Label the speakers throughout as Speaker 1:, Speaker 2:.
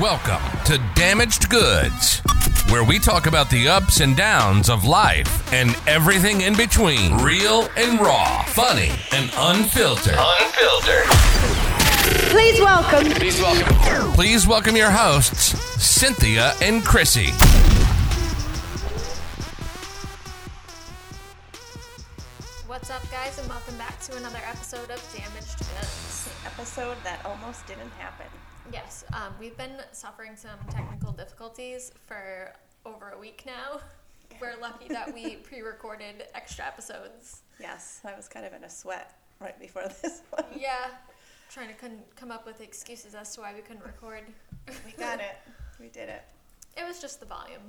Speaker 1: Welcome to Damaged Goods, where we talk about the ups and downs of life and everything in between. Real and raw, funny and unfiltered.
Speaker 2: Unfiltered.
Speaker 3: Please welcome.
Speaker 1: Please welcome your hosts, Cynthia and Chrissy.
Speaker 4: What's up, guys, and welcome back to another episode of Damaged Goods.
Speaker 5: episode that almost didn't happen.
Speaker 4: Yes, um, we've been suffering some technical difficulties for over a week now. We're lucky that we pre recorded extra episodes.
Speaker 5: Yes, I was kind of in a sweat right before this one.
Speaker 4: Yeah, trying to con- come up with excuses as to why we couldn't record.
Speaker 5: We got it. We did it.
Speaker 4: It was just the volume.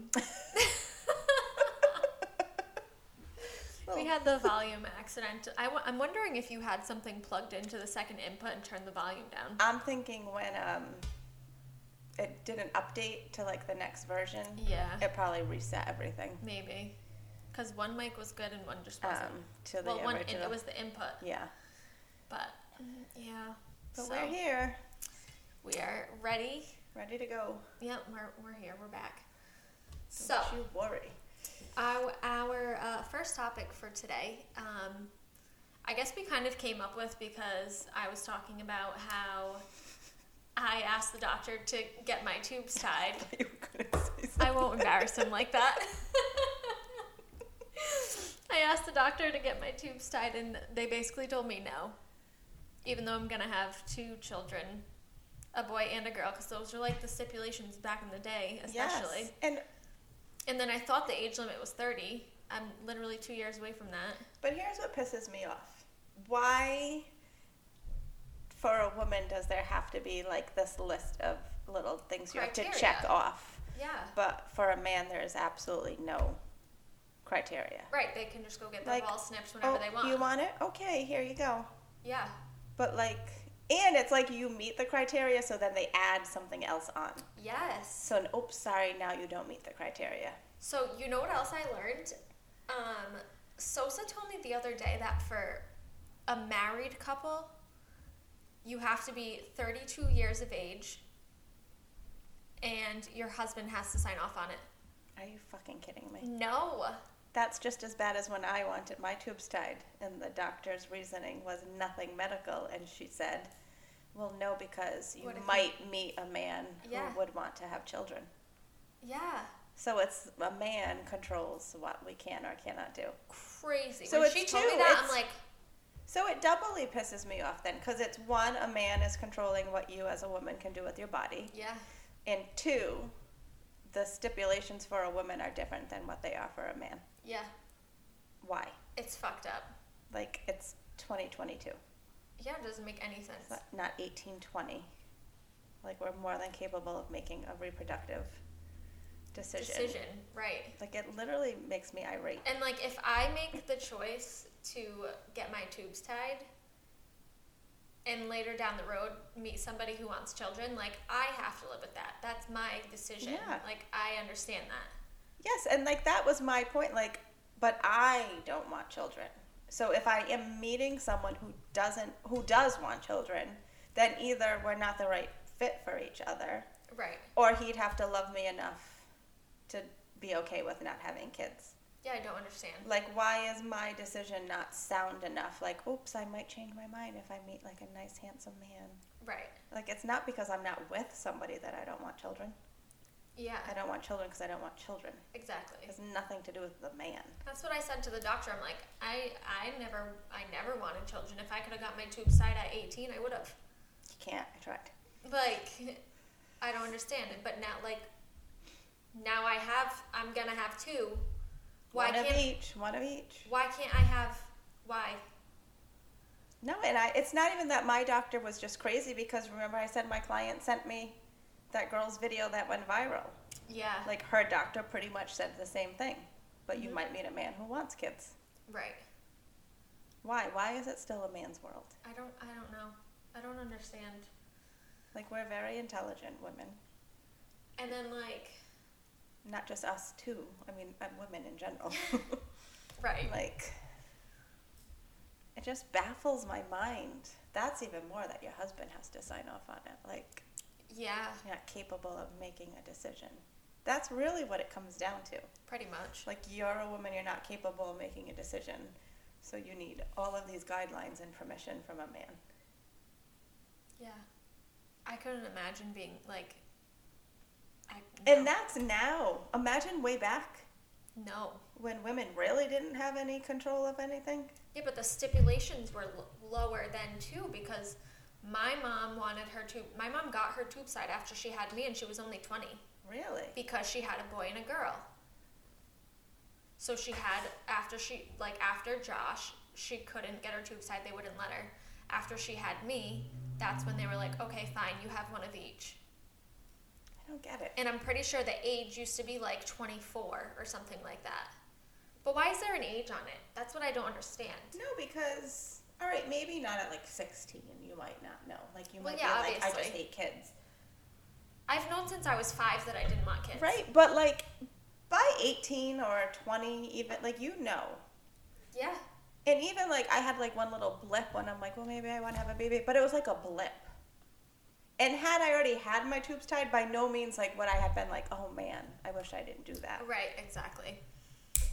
Speaker 4: we had the volume accident. I w- I'm wondering if you had something plugged into the second input and turned the volume down.
Speaker 5: I'm thinking when um, it did an update to like the next version,
Speaker 4: Yeah.
Speaker 5: it probably reset everything.
Speaker 4: Maybe. Because one mic was good and one just wasn't.
Speaker 5: Um, to the
Speaker 4: well, one it,
Speaker 5: original.
Speaker 4: it was the input,
Speaker 5: yeah,
Speaker 4: but mm, yeah.
Speaker 5: but
Speaker 4: so
Speaker 5: we're here,
Speaker 4: We are ready.
Speaker 5: ready to go.
Speaker 4: Yep, we're, we're here. We're back. So,
Speaker 5: Don't you worry.
Speaker 4: our, our uh, first topic for today, um, I guess we kind of came up with because I was talking about how I asked the doctor to get my tubes tied.
Speaker 5: You were gonna say something.
Speaker 4: I won't embarrass him like that. I asked the doctor to get my tubes tied, and they basically told me no. Even though I'm gonna have two children, a boy and a girl, because those were like the stipulations back in the day, especially.
Speaker 5: Yes. And
Speaker 4: And then I thought the age limit was 30. I'm literally two years away from that.
Speaker 5: But here's what pisses me off. Why, for a woman, does there have to be like this list of little things you have to check
Speaker 4: Criteria. Uh-huh.
Speaker 5: off?
Speaker 4: Yeah.
Speaker 5: But for a man, there is absolutely no criteria.
Speaker 4: Right. They can just go get their
Speaker 5: Like,
Speaker 4: balls snipped whenever
Speaker 5: oh,
Speaker 4: they want.
Speaker 5: You want it? Okay, here you go.
Speaker 4: Yeah.
Speaker 5: But like, and it's like you meet the criteria, so then they add something else on.
Speaker 4: Yes.
Speaker 5: So, an oops, sorry, now you don't meet the criteria.
Speaker 4: So you know what else I learned? Um, Sosa told me the other day that for a married couple, you have to be 32 years of age, and your husband has to sign off on it.
Speaker 5: Are you fucking kidding me?
Speaker 4: No,
Speaker 5: That's just as bad as when I wanted my tubes tied, and the doctor's reasoning was nothing medical, and she said, "Well, no, because you
Speaker 4: What if
Speaker 5: might meet a man
Speaker 4: Yeah.
Speaker 5: who would want to have children."
Speaker 4: yeah,
Speaker 5: So it's a man controls what we can or cannot do.
Speaker 4: crazy.
Speaker 5: So
Speaker 4: when
Speaker 5: it's
Speaker 4: she told me
Speaker 5: two,
Speaker 4: that, I'm
Speaker 5: it's-
Speaker 4: like,
Speaker 5: So it doubly pisses me off then, because it's one, a man is controlling what you as a woman can do with your body,
Speaker 4: yeah,
Speaker 5: and two, the stipulations for a woman are different than what they are for a man.
Speaker 4: yeah,
Speaker 5: Why?
Speaker 4: it's fucked up.
Speaker 5: Like it's 2022.
Speaker 4: Yeah, it doesn't make any sense.
Speaker 5: but not 1820. Like we're more than capable of making a reproductive decision.
Speaker 4: Decision, right?
Speaker 5: Like it literally makes me irate.
Speaker 4: And like, if I make the choice to get my tubes tied, and later down the road meet somebody who wants children, like I have to live with that. That's my decision.
Speaker 5: Yeah.
Speaker 4: Like I understand that.
Speaker 5: Yes, and like that was my point. Like, but I don't want children. So if I am meeting someone who doesn't, who does want children, then either we're not the right fit for each other,
Speaker 4: Right.
Speaker 5: or he'd have to love me enough to be okay with not having kids.
Speaker 4: Yeah, I don't understand.
Speaker 5: like why is my decision not sound enough like oops i might change my mind if i meet like a nice handsome man
Speaker 4: Right.
Speaker 5: like it's not because i'm not with somebody that i don't want children
Speaker 4: Yeah.
Speaker 5: i don't want children because i don't want children it
Speaker 4: Exactly.
Speaker 5: has nothing to do with the man
Speaker 4: That's what I said to the doctor. I'm like, I I never I never wanted children. If I could have got my tubes tied at 18, I would have.
Speaker 5: you can't i tried
Speaker 4: like I don't understand it. But now, like now, I have I'm gonna have two. Why
Speaker 5: one of
Speaker 4: can't
Speaker 5: each one of each
Speaker 4: Why can't I have why?
Speaker 5: no and i it's not even that my doctor was just crazy because remember i said my client sent me that girl's video that went viral
Speaker 4: Yeah.
Speaker 5: like her doctor pretty much said the same thing but
Speaker 4: Mm-hmm.
Speaker 5: you might meet a man who wants kids
Speaker 4: right.
Speaker 5: why why is it still a man's world
Speaker 4: I don't. I don't know. I don't understand.
Speaker 5: Like we're very intelligent women,
Speaker 4: And then like
Speaker 5: not just us too. I mean, i women in general.
Speaker 4: right.
Speaker 5: like it just baffles my mind. That's even more that your husband has to sign off on it. Like
Speaker 4: Yeah,
Speaker 5: You're not capable of making a decision. That's really what it comes down to.
Speaker 4: pretty much.
Speaker 5: Like you're a woman, you're not capable of making a decision. So you need all of these guidelines and permission from a man.
Speaker 4: Yeah. I couldn't imagine being like. I,
Speaker 5: And that's now. Imagine way back
Speaker 4: no.
Speaker 5: when women really didn't have any control of anything.
Speaker 4: Yeah, but the stipulations were l- lower then too because my mom wanted her to. My mom got her tube side after she had me, and she was only twenty
Speaker 5: Really?
Speaker 4: because she had a boy and a girl. So she had after she like after Josh, she couldn't get her tube side. They wouldn't let her. After she had me, that's when they were like, okay, fine, you have one of each.
Speaker 5: I don't get it.
Speaker 4: And I'm pretty sure the age used to be like 24 or something like that. But why is there an age on it? That's what I don't understand.
Speaker 5: No, because all right, maybe not at like 16. You might not know. Like you
Speaker 4: Well,
Speaker 5: might
Speaker 4: yeah,
Speaker 5: be like, I just
Speaker 4: obviously.
Speaker 5: hate kids.
Speaker 4: I've known since I was five that I didn't want kids.
Speaker 5: Right, but like by 18 or 20, even like you know.
Speaker 4: Yeah.
Speaker 5: And even like I had like one little blip when I'm like, well, maybe I want to have a baby, but it was like a blip. And had I already had my tubes tied, by no means like would I have been like, oh man, I wish I didn't do that.
Speaker 4: Right, exactly.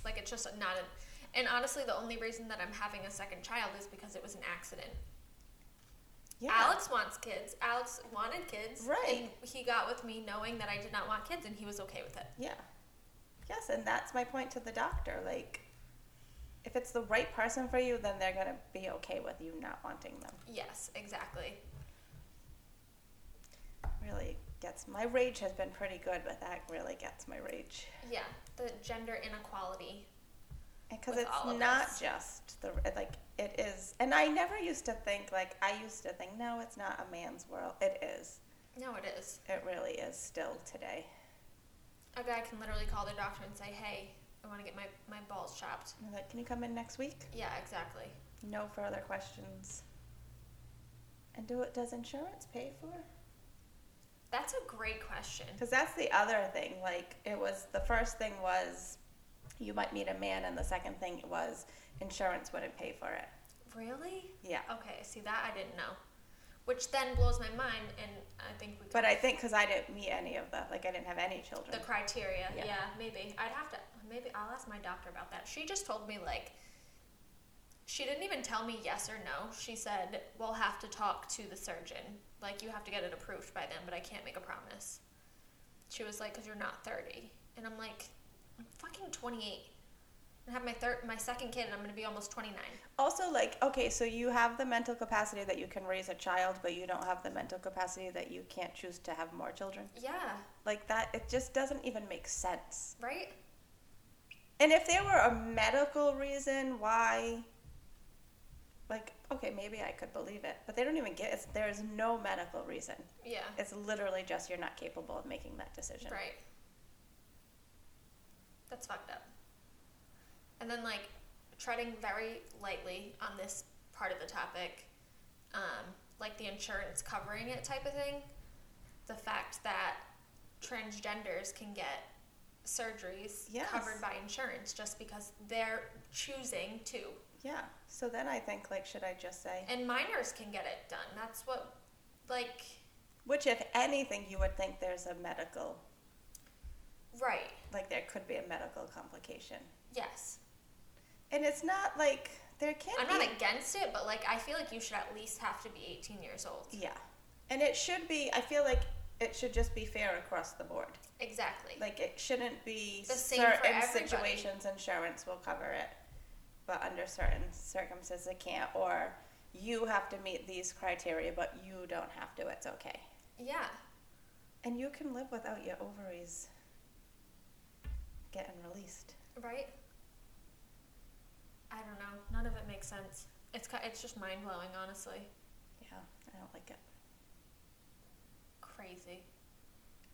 Speaker 4: Like it's just not a. And honestly, the only reason that I'm having a second child is because it was an accident.
Speaker 5: Yeah.
Speaker 4: Alex wants kids. Alex wanted kids.
Speaker 5: Right.
Speaker 4: And he got with me knowing that I did not want kids, and he was okay with it.
Speaker 5: Yeah. Yes, and that's my point to the doctor. Like, if it's the right person for you, then they're gonna be okay with you not wanting them.
Speaker 4: Yes, exactly.
Speaker 5: Really gets my rage has been pretty good, but that really gets my rage.
Speaker 4: Yeah, the gender inequality.
Speaker 5: because
Speaker 4: with
Speaker 5: it's
Speaker 4: all of
Speaker 5: not
Speaker 4: us.
Speaker 5: just the like it is and i never used to think like i used to think no it's not a man's world it is
Speaker 4: No, it is.
Speaker 5: it really is still today
Speaker 4: A guy can literally call their doctor and say, "Hey, I want to get my my balls chopped."
Speaker 5: And like can you come in next week
Speaker 4: Yeah, exactly.
Speaker 5: no further questions and do it does insurance pay for
Speaker 4: That's a great question.
Speaker 5: because that's the other thing like it was the first thing was you might meet a man and the second thing was insurance wouldn't pay for it
Speaker 4: Really?
Speaker 5: yeah
Speaker 4: Okay, see that I didn't know. Which then blows my mind and I think we
Speaker 5: but i think because i didn't meet any of the like i didn't have any children
Speaker 4: the criteria.
Speaker 5: Yeah.
Speaker 4: Yeah. maybe. I'd have to maybe I'll ask my doctor about that. She just told me like she didn't even tell me yes or no. She said, "We'll have to talk to the surgeon. Like you have to get it approved by them, but I can't make a promise." She was like, "Cause you're not 30." And I'm like, "I'm fucking 28." I have my third my second kid and I'm going to be almost 29.
Speaker 5: Also, like, okay, so you have the mental capacity that you can raise a child, but you don't have the mental capacity that you can't choose to have more children.
Speaker 4: Yeah,
Speaker 5: Like, that, it just doesn't even make sense.
Speaker 4: right?
Speaker 5: And if there were a medical reason why, like, okay, maybe I could believe it, but they don't even get it. There is no medical reason.
Speaker 4: Yeah.
Speaker 5: It's literally just you're not capable of making that decision.
Speaker 4: Right. That's fucked up. And then, like, treading very lightly on this part of the topic, um, like the insurance covering it type of thing, the fact that transgenders can get surgeries
Speaker 5: Yes.
Speaker 4: covered by insurance just because they're choosing to.
Speaker 5: Yeah. So then I think, like, should I just say,
Speaker 4: And minors can get it done. That's what, like,
Speaker 5: which, if anything, you would think there's a medical,
Speaker 4: right.
Speaker 5: like, there could be a medical complication.
Speaker 4: Yes.
Speaker 5: And it's not like there can't
Speaker 4: I'm
Speaker 5: be.
Speaker 4: not against it, but, like, I feel like you should at least have to be 18 years old.
Speaker 5: yeah, and it should be. I feel like it should just be fair across the board.
Speaker 4: Exactly.
Speaker 5: Like it shouldn't be
Speaker 4: The same for
Speaker 5: certain
Speaker 4: everybody.
Speaker 5: situations insurance will cover it, but under certain circumstances it can't. Or you have to meet these criteria, but you don't have to. It's okay,
Speaker 4: yeah.
Speaker 5: and you can live without your ovaries getting released.
Speaker 4: Right? I don't know. None of it makes sense. It's ki- it's just mind blowing, honestly.
Speaker 5: Yeah, I don't like it.
Speaker 4: Crazy.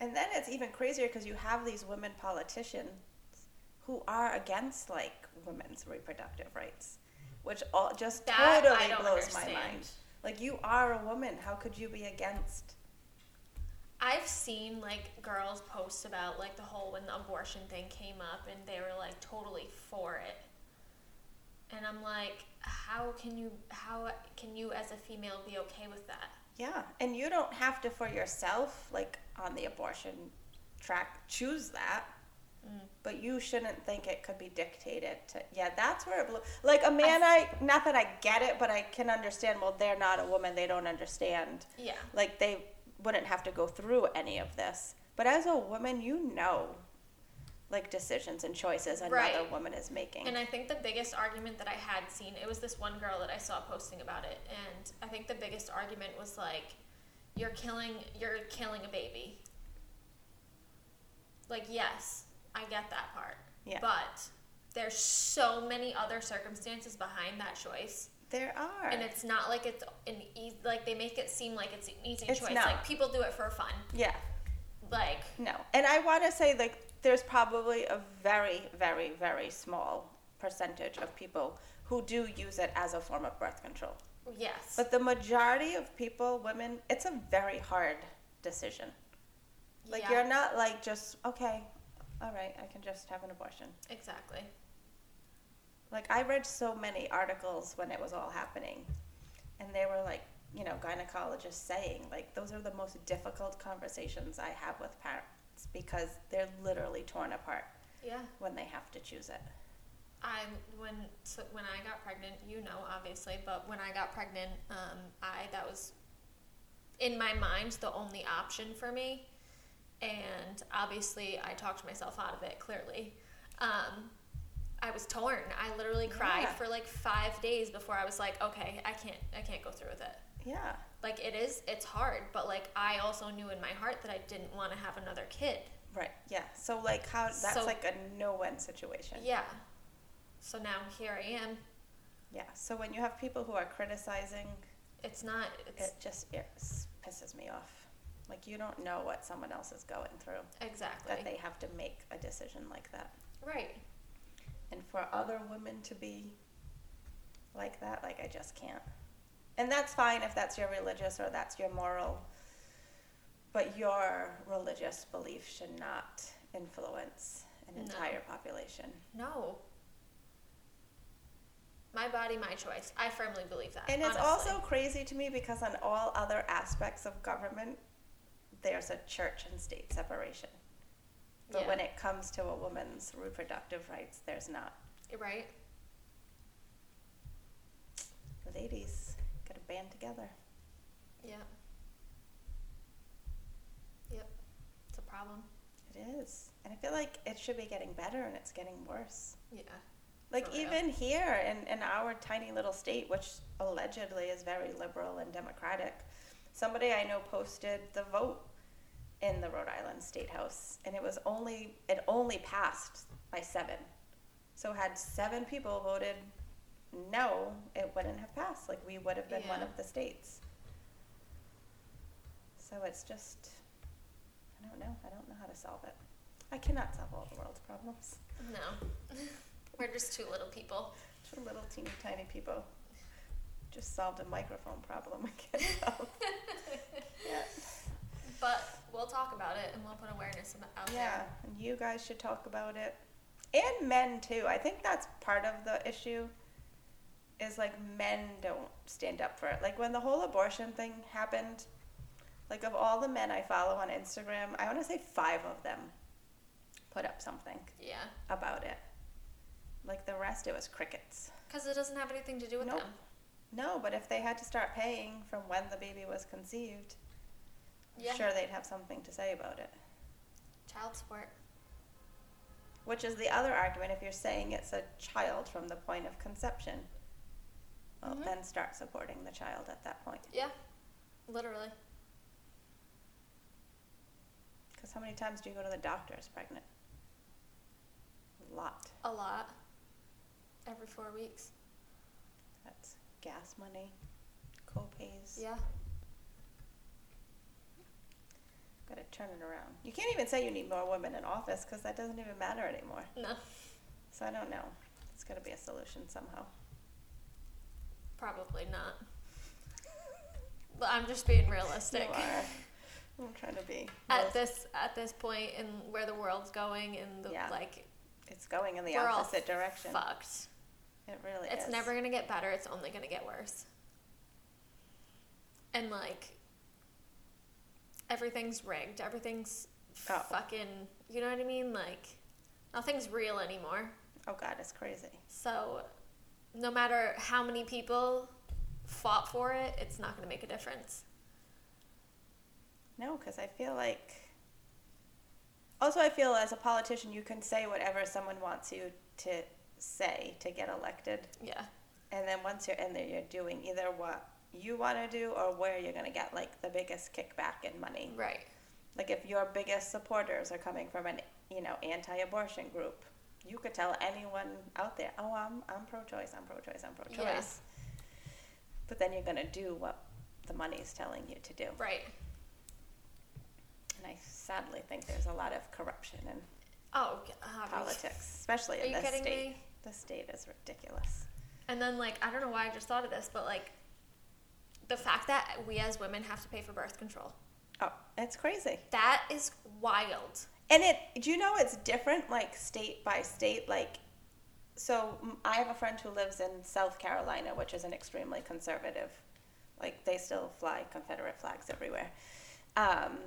Speaker 5: And then it's even crazier because you have these women politicians who are against like women's reproductive rights, which all just
Speaker 4: That I
Speaker 5: totally
Speaker 4: don't
Speaker 5: blows my
Speaker 4: understand.
Speaker 5: mind. Like you are a woman, how could you be against?
Speaker 4: I've seen like girls post about like the whole when the abortion thing came up and they were like totally for it. And I'm like, how can you how can you as a female be okay with that?
Speaker 5: Yeah, and you don't have to for yourself, like on the abortion track, choose that.
Speaker 4: Mm.
Speaker 5: But you shouldn't think it could be dictated to. Yeah, that's where it blew. Like a man, I, not that I get it, but I can understand. Well, they're not a woman; they don't understand.
Speaker 4: Yeah.
Speaker 5: like they wouldn't have to go through any of this. But as a woman, you know, like decisions and choices another
Speaker 4: Right.
Speaker 5: woman is making.
Speaker 4: And I think the biggest argument that I had seen, it was this one girl that I saw posting about it, and I think the biggest argument was like, "You're killing, you're killing a baby." Like, yes, I get that part.
Speaker 5: Yeah.
Speaker 4: But there's so many other circumstances behind that choice,
Speaker 5: there are.
Speaker 4: and it's not like it's an easy. Like they make it seem like it's an easy
Speaker 5: It's
Speaker 4: choice.
Speaker 5: not.
Speaker 4: Like people do it for fun.
Speaker 5: yeah.
Speaker 4: Like
Speaker 5: No. And I want to say, like, there's probably a very, very, very small percentage of people who do use it as a form of birth control.
Speaker 4: yes,
Speaker 5: But the majority of people, women, it's a very hard decision. Like,
Speaker 4: yeah,
Speaker 5: you're not like just, okay, all right, I can just have an abortion.
Speaker 4: exactly.
Speaker 5: Like, I read so many articles when it was all happening, and they were like, you know, gynecologists saying, like, those are the most difficult conversations I have with parents because they're literally torn apart
Speaker 4: Yeah.
Speaker 5: when they have to choose it.
Speaker 4: I when so when I got pregnant, you know, obviously, but when I got pregnant, um, I that was in my mind the only option for me, and obviously, I talked myself out of it. Clearly, um, I was torn. I literally cried
Speaker 5: Yeah.
Speaker 4: for like five days before I was like, okay, I can't, I can't go through with it.
Speaker 5: Yeah.
Speaker 4: Like it is, it's hard, but like I also knew in my heart that I didn't want to have another kid.
Speaker 5: Right. Yeah. So like how that's
Speaker 4: So-
Speaker 5: like a no-win situation.
Speaker 4: Yeah. So now here I am.
Speaker 5: Yeah. So when you have people who are criticizing,
Speaker 4: It's not. It's
Speaker 5: it just it s- pisses me off. Like you don't know what someone else is going through
Speaker 4: exactly.
Speaker 5: that they have to make a decision like that.
Speaker 4: Right.
Speaker 5: And for other women to be like that, like I just can't. And that's fine if that's your religious or that's your moral. But your religious belief should not influence an
Speaker 4: No.
Speaker 5: entire population.
Speaker 4: No. My body, my choice. I firmly believe that.
Speaker 5: And it's
Speaker 4: honestly.
Speaker 5: also crazy to me because on all other aspects of government, there's a church and state separation. But
Speaker 4: Yeah.
Speaker 5: when it comes to a woman's reproductive rights, there's not.
Speaker 4: right.
Speaker 5: Ladies, gotta band together.
Speaker 4: Yeah. Yep. It's a problem.
Speaker 5: It is. And I feel like it should be getting better and it's getting worse.
Speaker 4: Oh, Yeah.
Speaker 5: Like
Speaker 4: For real.
Speaker 5: even here in, in our tiny little state, which allegedly is very liberal and democratic, somebody I know posted the vote in the Rhode Island State House and it was only it only passed by seven. So had seven people voted no, it wouldn't have passed. Like we would have been one
Speaker 4: Yeah.
Speaker 5: of the states. So it's just I don't know. I don't know how to solve it. I cannot solve all the world's problems.
Speaker 4: No. We're just two little people.
Speaker 5: Two little teeny tiny people just solved a microphone problem again. though. yeah.
Speaker 4: But we'll talk about it and we'll put awareness ab- out
Speaker 5: yeah, and you guys should talk about it. And men too. I think that's part of the issue is like men don't stand up for it. Like when the whole abortion thing happened, like of all the men I follow on Instagram, I want to say 5 of them put up something
Speaker 4: there. Yeah.
Speaker 5: about it. Like the rest it was crickets.
Speaker 4: Because it doesn't have anything to do with
Speaker 5: Nope.
Speaker 4: them.
Speaker 5: No, but if they had to start paying from when the baby was conceived, I'm
Speaker 4: Yeah.
Speaker 5: sure they'd have something to say about it.
Speaker 4: Child support.
Speaker 5: Which is the other argument if you're saying it's a child from the point of conception. Well,
Speaker 4: Mhm.
Speaker 5: then start supporting the child at that point.
Speaker 4: Yeah. Literally.
Speaker 5: Because how many times do you go to the doctor as pregnant? A lot.
Speaker 4: A lot. Every four weeks.
Speaker 5: That's gas money, co-pays.
Speaker 4: Yeah.
Speaker 5: Got to turn it around. You can't even say you need more women in office because that doesn't even matter anymore.
Speaker 4: No.
Speaker 5: So I don't know. It's got to be a solution somehow.
Speaker 4: Probably not. But I'm just being realistic.
Speaker 5: You are. I'm trying to be.
Speaker 4: At
Speaker 5: most-
Speaker 4: this at this point in where the world's going and the
Speaker 5: Yeah.
Speaker 4: like
Speaker 5: it's going in the
Speaker 4: we're all
Speaker 5: opposite direction.
Speaker 4: fucked.
Speaker 5: It really
Speaker 4: It's
Speaker 5: is.
Speaker 4: never gonna get better, it's only gonna get worse. And like everything's rigged. Everything's
Speaker 5: Oh.
Speaker 4: fucking. You know what I mean? Like nothing's real anymore.
Speaker 5: Oh God, it's crazy.
Speaker 4: So, no matter how many people fought for it, it's not going to make a difference.
Speaker 5: No, because I feel like. Also, I feel as a politician, you can say whatever someone wants you to say to get elected.
Speaker 4: Yeah.
Speaker 5: And then once you're in there, you're doing either what you want to do or where you're going to get like the biggest kickback in money.
Speaker 4: Right.
Speaker 5: Like if your biggest supporters are coming from an, you know, anti-abortion group, you could tell anyone out there, "Oh, I'm I'm pro-choice, I'm pro-choice, I'm pro-choice."
Speaker 4: Yeah.
Speaker 5: But then you're going to do what the money's telling you to do.
Speaker 4: Right.
Speaker 5: And I sadly think there's a lot of corruption in
Speaker 4: Oh, g- ah,
Speaker 5: politics, especially
Speaker 4: Are
Speaker 5: in
Speaker 4: you
Speaker 5: this
Speaker 4: kidding
Speaker 5: state.
Speaker 4: me?
Speaker 5: The state is ridiculous.
Speaker 4: And then, like, I don't know why I just thought of this, but like, the fact that we as women have to pay for birth control.
Speaker 5: Oh, it's crazy.
Speaker 4: That is wild.
Speaker 5: And it, do you know it's different, like state by state? Like, so m- I have a friend who lives in South Carolina, which is an extremely conservative, like they still fly Confederate flags everywhere. Um,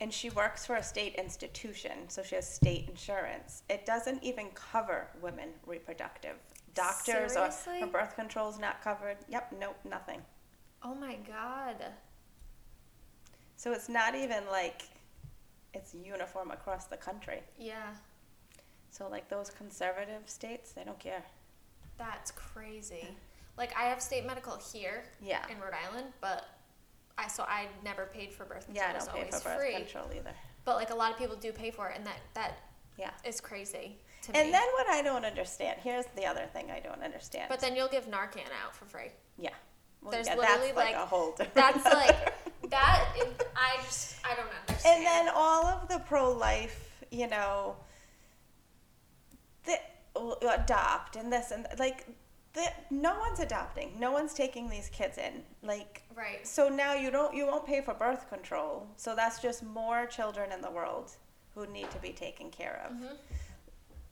Speaker 5: and she works for a state institution, so she has state insurance. It doesn't even cover women reproductive doctors
Speaker 4: Seriously?
Speaker 5: or her birth control's not covered. Yep, nope, nothing.
Speaker 4: Oh my god.
Speaker 5: So it's not even like it's uniform across the country.
Speaker 4: Yeah.
Speaker 5: So like those conservative states, they don't care.
Speaker 4: That's crazy. Like, I have state medical here
Speaker 5: Yeah.
Speaker 4: in Rhode Island, but I so I never paid for birth control.
Speaker 5: Yeah, I
Speaker 4: it was
Speaker 5: don't pay
Speaker 4: always
Speaker 5: for birth
Speaker 4: free.
Speaker 5: control either.
Speaker 4: But like a lot of people do pay for it, and that that
Speaker 5: Yeah.
Speaker 4: is crazy to me.
Speaker 5: And then what I don't understand, here's the other thing I don't understand.
Speaker 4: but then you'll give Narcan out for free.
Speaker 5: yeah. Well,
Speaker 4: There's
Speaker 5: yeah,
Speaker 4: literally
Speaker 5: that's like, a whole different
Speaker 4: that's
Speaker 5: matter.
Speaker 4: like that. Is, I just I don't understand.
Speaker 5: And then all of the pro life, you know, the, uh, adopt and this and th- like, the, no one's adopting. No one's taking these kids in. Like,
Speaker 4: right,
Speaker 5: so now you don't you won't pay for birth control. So that's just more children in the world who need to be taken care of.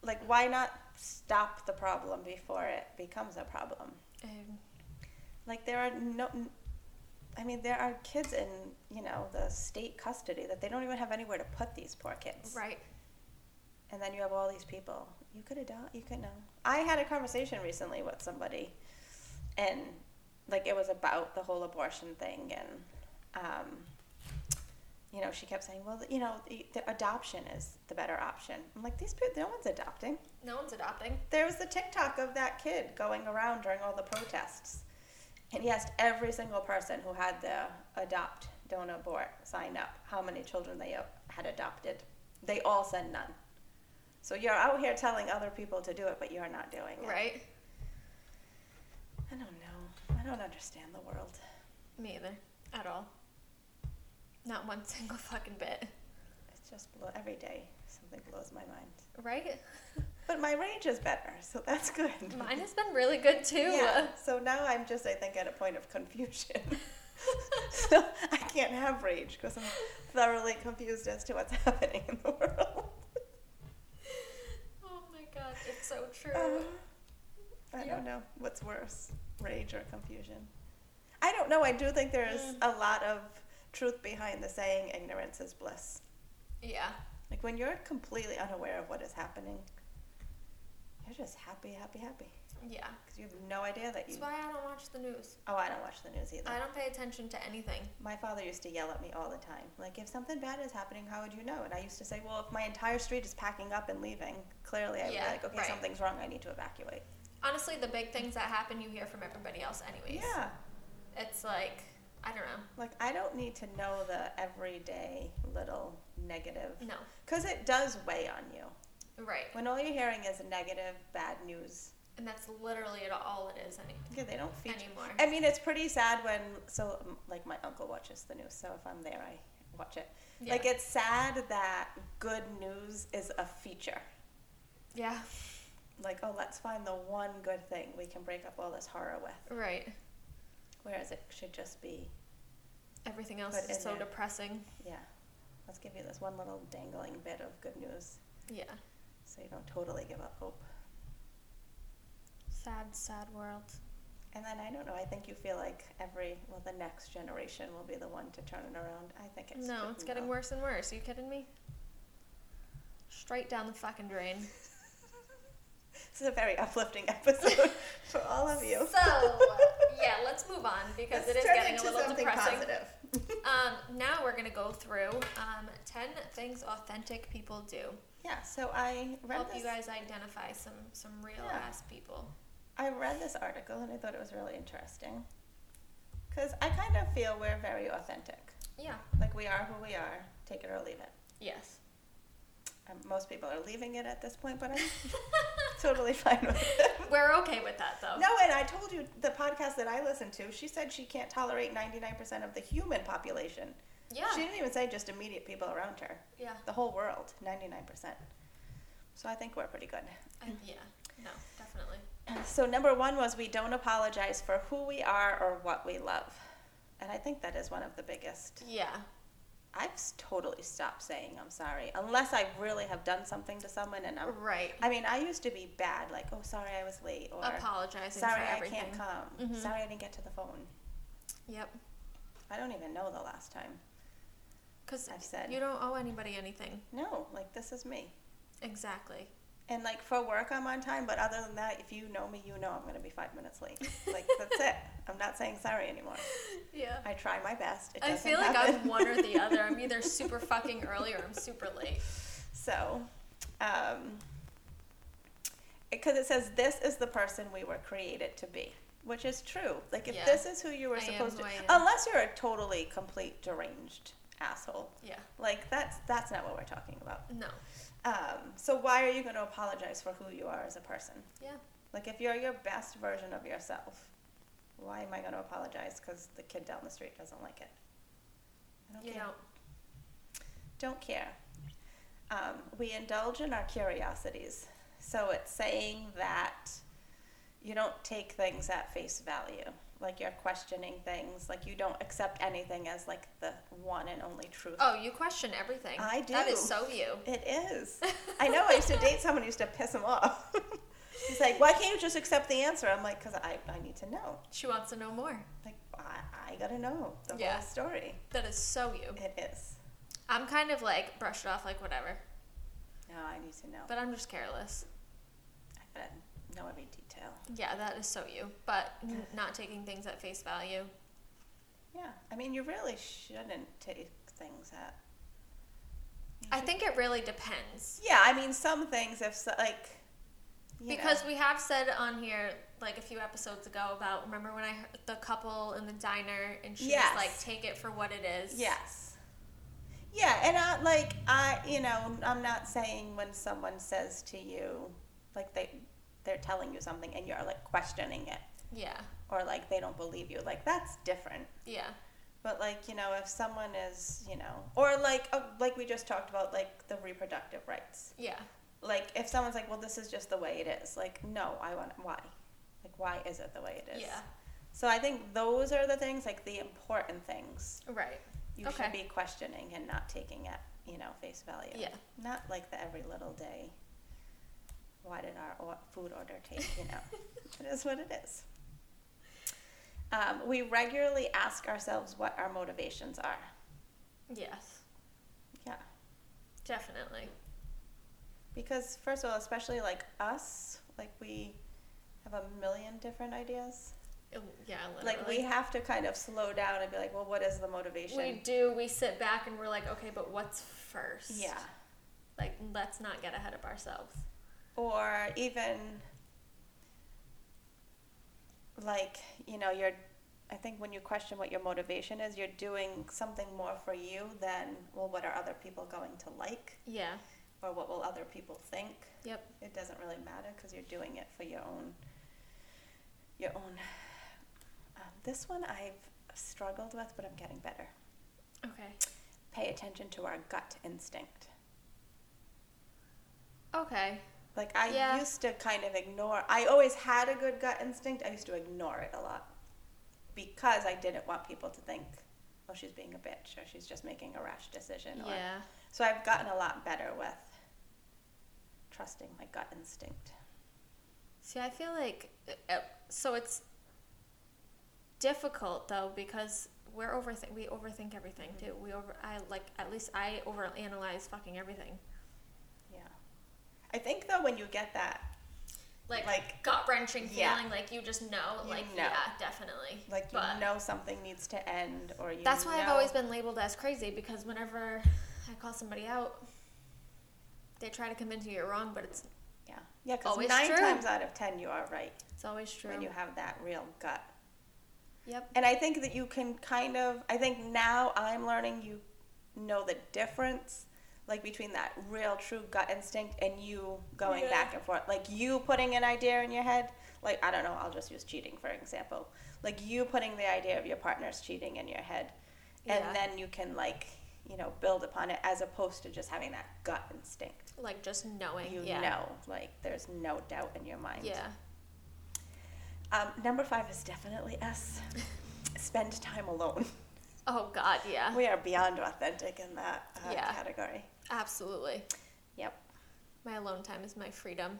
Speaker 5: Like, why not stop the problem before it becomes a problem?
Speaker 4: Um,
Speaker 5: Like, there are no. I mean, there are kids in, you know, the state custody that they don't even have anywhere to put these poor kids.
Speaker 4: right.
Speaker 5: And then you have all these people. You could adopt, you could know. I had a conversation recently with somebody, and like it was about the whole abortion thing. And, um, you know, she kept saying, well, you know, the, the adoption is the better option. I'm like, these people, no one's adopting.
Speaker 4: No one's adopting.
Speaker 5: There was the TikTok of that kid going around during all the protests. And he asked every single person who had the adopt, don't abort sign up how many children they had adopted. They all said none. So you're out here telling other people to do it, but you're not doing it.
Speaker 4: Right.
Speaker 5: I don't know. I don't understand the world.
Speaker 4: Me either. At all. Not one single fucking bit.
Speaker 5: It's just blow- every day something blows my mind.
Speaker 4: Right.
Speaker 5: But my range is better, so that's good.
Speaker 4: Mine has been really good too.
Speaker 5: Yeah. So now I'm just, I think, at a point of confusion. so I can't have rage because I'm thoroughly confused as to what's happening in the world.
Speaker 4: Oh my god, it's so true.
Speaker 5: I
Speaker 4: Yeah.
Speaker 5: don't know what's worse, rage or confusion. I don't know. I do think there's a lot of truth behind the saying ignorance is bliss.
Speaker 4: yeah.
Speaker 5: Like when you're completely unaware of what is happening, you're just happy, happy, happy.
Speaker 4: Yeah.
Speaker 5: Because you have no idea that you.
Speaker 4: That's why I don't watch the news.
Speaker 5: Oh, I don't watch the news either.
Speaker 4: I don't pay attention to anything.
Speaker 5: My father used to yell at me all the time. Like, if something bad is happening, how would you know? And I used to say, well, if my entire street is packing up and leaving, clearly I would
Speaker 4: Yeah,
Speaker 5: be like, okay,
Speaker 4: right.
Speaker 5: something's wrong. I need to evacuate.
Speaker 4: Honestly, the big things that happen you hear from everybody else anyways.
Speaker 5: Yeah.
Speaker 4: It's like I don't know.
Speaker 5: Like, I don't need to know the everyday little negative.
Speaker 4: No.
Speaker 5: Because it does weigh on you.
Speaker 4: Right.
Speaker 5: When all you're hearing is negative, bad news,
Speaker 4: And that's literally it all it is anyway.
Speaker 5: yeah, they don't feature.
Speaker 4: Anymore.
Speaker 5: I mean, it's pretty sad when, so, um, like, my uncle watches the news, so if I'm there, I watch it.
Speaker 4: Yeah.
Speaker 5: Like, it's sad that good news is a feature.
Speaker 4: Yeah.
Speaker 5: like, oh, let's find the one good thing we can break up all this horror with.
Speaker 4: Right.
Speaker 5: Whereas it should just be,
Speaker 4: Everything else
Speaker 5: But
Speaker 4: is
Speaker 5: in
Speaker 4: so
Speaker 5: there.
Speaker 4: depressing.
Speaker 5: yeah, let's give you this one little dangling bit of good news
Speaker 4: Yeah.
Speaker 5: so you don't totally give up hope.
Speaker 4: Sad, sad world.
Speaker 5: And then I don't know. I think you feel like every well, the next generation will be the one to turn it around. I think it's
Speaker 4: No, it's getting
Speaker 5: worse.
Speaker 4: worse and worse. Are you kidding me? Straight down the fucking drain.
Speaker 5: This is a very uplifting episode for all of you.
Speaker 4: So, yeah, let's move on because it is
Speaker 5: turn
Speaker 4: getting a
Speaker 5: into
Speaker 4: little
Speaker 5: something
Speaker 4: depressing.
Speaker 5: positive.
Speaker 4: Um, now we're gonna go through um, ten things authentic people do.
Speaker 5: Yeah. So I read
Speaker 4: Help
Speaker 5: this.
Speaker 4: you guys identify some some real
Speaker 5: Yeah.
Speaker 4: ass people.
Speaker 5: I read this article and I thought it was really interesting because I kind of feel we're very authentic.
Speaker 4: Yeah.
Speaker 5: Like we are who we are. Take it or leave it.
Speaker 4: Yes.
Speaker 5: Um, most people are leaving it at this point, but I'm totally fine with it.
Speaker 4: We're okay with that though.
Speaker 5: No, and I told you the podcast that I listened to, she said she can't tolerate 99% of the human population.
Speaker 4: Yeah.
Speaker 5: She didn't even say just immediate people around her.
Speaker 4: Yeah.
Speaker 5: The whole world, 99%. So I think we're pretty good.
Speaker 4: I, yeah. No, definitely.
Speaker 5: So number one was we don't apologize for who we are or what we love. And I think that is one of the biggest.
Speaker 4: Yeah.
Speaker 5: I've s- totally stopped saying I'm sorry unless I really have done something to someone and I'm
Speaker 4: Right.
Speaker 5: I mean, I used to be bad, like, oh, sorry, I was late, or
Speaker 4: Apologizing
Speaker 5: sorry,
Speaker 4: for
Speaker 5: I
Speaker 4: everything. Mm-hmm.
Speaker 5: can't come, sorry, I didn't get to the phone.
Speaker 4: Yep.
Speaker 5: I don't even know the last time.
Speaker 4: Because
Speaker 5: I've said-
Speaker 4: you don't owe anybody anything.
Speaker 5: No, like, this is me.
Speaker 4: Exactly.
Speaker 5: And, like, for work, I'm on time, but other than that, if you know me, you know I'm going to be five minutes late. Like, that's it. I'm not saying sorry anymore.
Speaker 4: Yeah.
Speaker 5: I try my best. It
Speaker 4: I
Speaker 5: doesn't
Speaker 4: feel like I'm
Speaker 5: happen.
Speaker 4: one or the other. I'm either super fucking early or I'm super late.
Speaker 5: So, um, because it says this is the person we were created to be, which is true. Like if
Speaker 4: Yeah.
Speaker 5: this is who you were
Speaker 4: I am
Speaker 5: supposed
Speaker 4: who
Speaker 5: to,
Speaker 4: I am.
Speaker 5: unless you're a totally complete deranged asshole.
Speaker 4: Yeah.
Speaker 5: Like that's that's not what we're talking about.
Speaker 4: No.
Speaker 5: Um, so why are you going to apologize for who you are as a person?
Speaker 4: Yeah.
Speaker 5: Like if you're your best version of yourself, why am I going to apologize because the kid down the street doesn't like it? I don't
Speaker 4: You
Speaker 5: care.
Speaker 4: don't.
Speaker 5: don't care. Um, we indulge in our curiosities. So it's saying that you don't take things at face value. Like you're questioning things, like you don't accept anything as like the one and only truth.
Speaker 4: Oh, you question everything.
Speaker 5: I
Speaker 4: That
Speaker 5: do.
Speaker 4: is so you.
Speaker 5: It is. I know. I used to date someone who used to piss him off. He's like, "Why can't you just accept the answer?" I'm like, "Cause I, I need to know.
Speaker 4: She wants to know more.
Speaker 5: Like I, I gotta know the
Speaker 4: Yeah.
Speaker 5: whole story.
Speaker 4: That is so you.
Speaker 5: It is.
Speaker 4: I'm kind of like brushed off like whatever,
Speaker 5: No, I need to know.
Speaker 4: but I'm just careless.
Speaker 5: I gotta know every detail.
Speaker 4: Yeah, that is so you. But n- not taking things at face value.
Speaker 5: Yeah, I mean, you really shouldn't take things at.
Speaker 4: I think it really depends.
Speaker 5: Yeah, I mean, some things, if so, like, you know.
Speaker 4: Because we have said on here like a few episodes ago about remember when I heard the couple in the diner and she
Speaker 5: Yes.
Speaker 4: was like take it for what it is.
Speaker 5: yes, yeah, and I like I, you know, I'm not saying when someone says to you, like they, they're telling you something and you're like questioning it
Speaker 4: Yeah.
Speaker 5: or like they don't believe you, like that's different.
Speaker 4: Yeah.
Speaker 5: But like you know, if someone is you know, or like uh, like we just talked about like the reproductive rights.
Speaker 4: Yeah.
Speaker 5: like if someone's like well this is just the way it is like no i want why like why is it the way it is
Speaker 4: Yeah.
Speaker 5: so i think those are the things like the important things
Speaker 4: Right.
Speaker 5: you
Speaker 4: Okay.
Speaker 5: should be questioning and not taking at you know face value
Speaker 4: Yeah.
Speaker 5: not like the every little day why did our or- food order take you know it is what it is um, we regularly ask ourselves what our motivations are
Speaker 4: Yes.
Speaker 5: yeah
Speaker 4: Definitely.
Speaker 5: Because first of all, especially like us, like we have a million different ideas.
Speaker 4: Oh, Yeah, literally.
Speaker 5: Like we have to kind of slow down and be like, well, what is the motivation?
Speaker 4: We do. We sit back and we're like, okay, but what's first?
Speaker 5: yeah.
Speaker 4: Like, let's not get ahead of ourselves.
Speaker 5: Or even like, you know, you're I think when you question what your motivation is, you're doing something more for you than well, what are other people going to like
Speaker 4: Yeah.
Speaker 5: or what will other people think?
Speaker 4: Yep.
Speaker 5: It doesn't really matter because you're doing it for your own your own. Um, this one I've struggled with, but I'm getting better.
Speaker 4: Okay.
Speaker 5: Pay attention to our gut instinct.
Speaker 4: Okay.
Speaker 5: Like I
Speaker 4: Yeah.
Speaker 5: used to kind of ignore. I always had a good gut instinct. I used to ignore it a lot because I didn't want people to think, "Oh, she's being a bitch," or "She's just making a rash decision." Or,
Speaker 4: Yeah.
Speaker 5: So I've gotten a lot better with trusting my gut instinct.
Speaker 4: See, I feel like uh, so it's difficult though because we're overthink we overthink everything
Speaker 5: Mm-hmm.
Speaker 4: too. We over I like at least I overanalyze fucking everything.
Speaker 5: Yeah. I think though when you get that,
Speaker 4: Like,
Speaker 5: Like-
Speaker 4: gut wrenching
Speaker 5: Yeah.
Speaker 4: feeling like you just know
Speaker 5: You
Speaker 4: like
Speaker 5: know.
Speaker 4: yeah definitely
Speaker 5: like you
Speaker 4: But-
Speaker 5: know something needs to end, or you.
Speaker 4: That's why I've
Speaker 5: know-
Speaker 4: always been labeled as crazy because whenever I call somebody out, they try to convince you you're wrong, but it's
Speaker 5: Yeah. Yeah, because
Speaker 4: always
Speaker 5: nine
Speaker 4: true.
Speaker 5: times out of ten you are right
Speaker 4: it's always true.
Speaker 5: when you have that real gut.
Speaker 4: yep.
Speaker 5: And I think that you can kind of, I think now I'm learning you know the difference, like between that real true gut instinct and you going
Speaker 4: Yeah.
Speaker 5: back and forth. Like you putting an idea in your head, like, I don't know, I'll just use cheating for example. Like you putting the idea of your partner's cheating in your head. And
Speaker 4: Yeah.
Speaker 5: then you can, like, you know, build upon it as opposed to just having that gut instinct.
Speaker 4: Like just knowing.
Speaker 5: You
Speaker 4: yeah.
Speaker 5: know, like, there's no doubt in your mind.
Speaker 4: Yeah.
Speaker 5: Um, number five is definitely S. Spend time alone.
Speaker 4: Oh God. Yeah.
Speaker 5: We are beyond authentic in that uh,
Speaker 4: Yeah.
Speaker 5: category.
Speaker 4: Absolutely.
Speaker 5: Yep.
Speaker 4: My alone time is my freedom.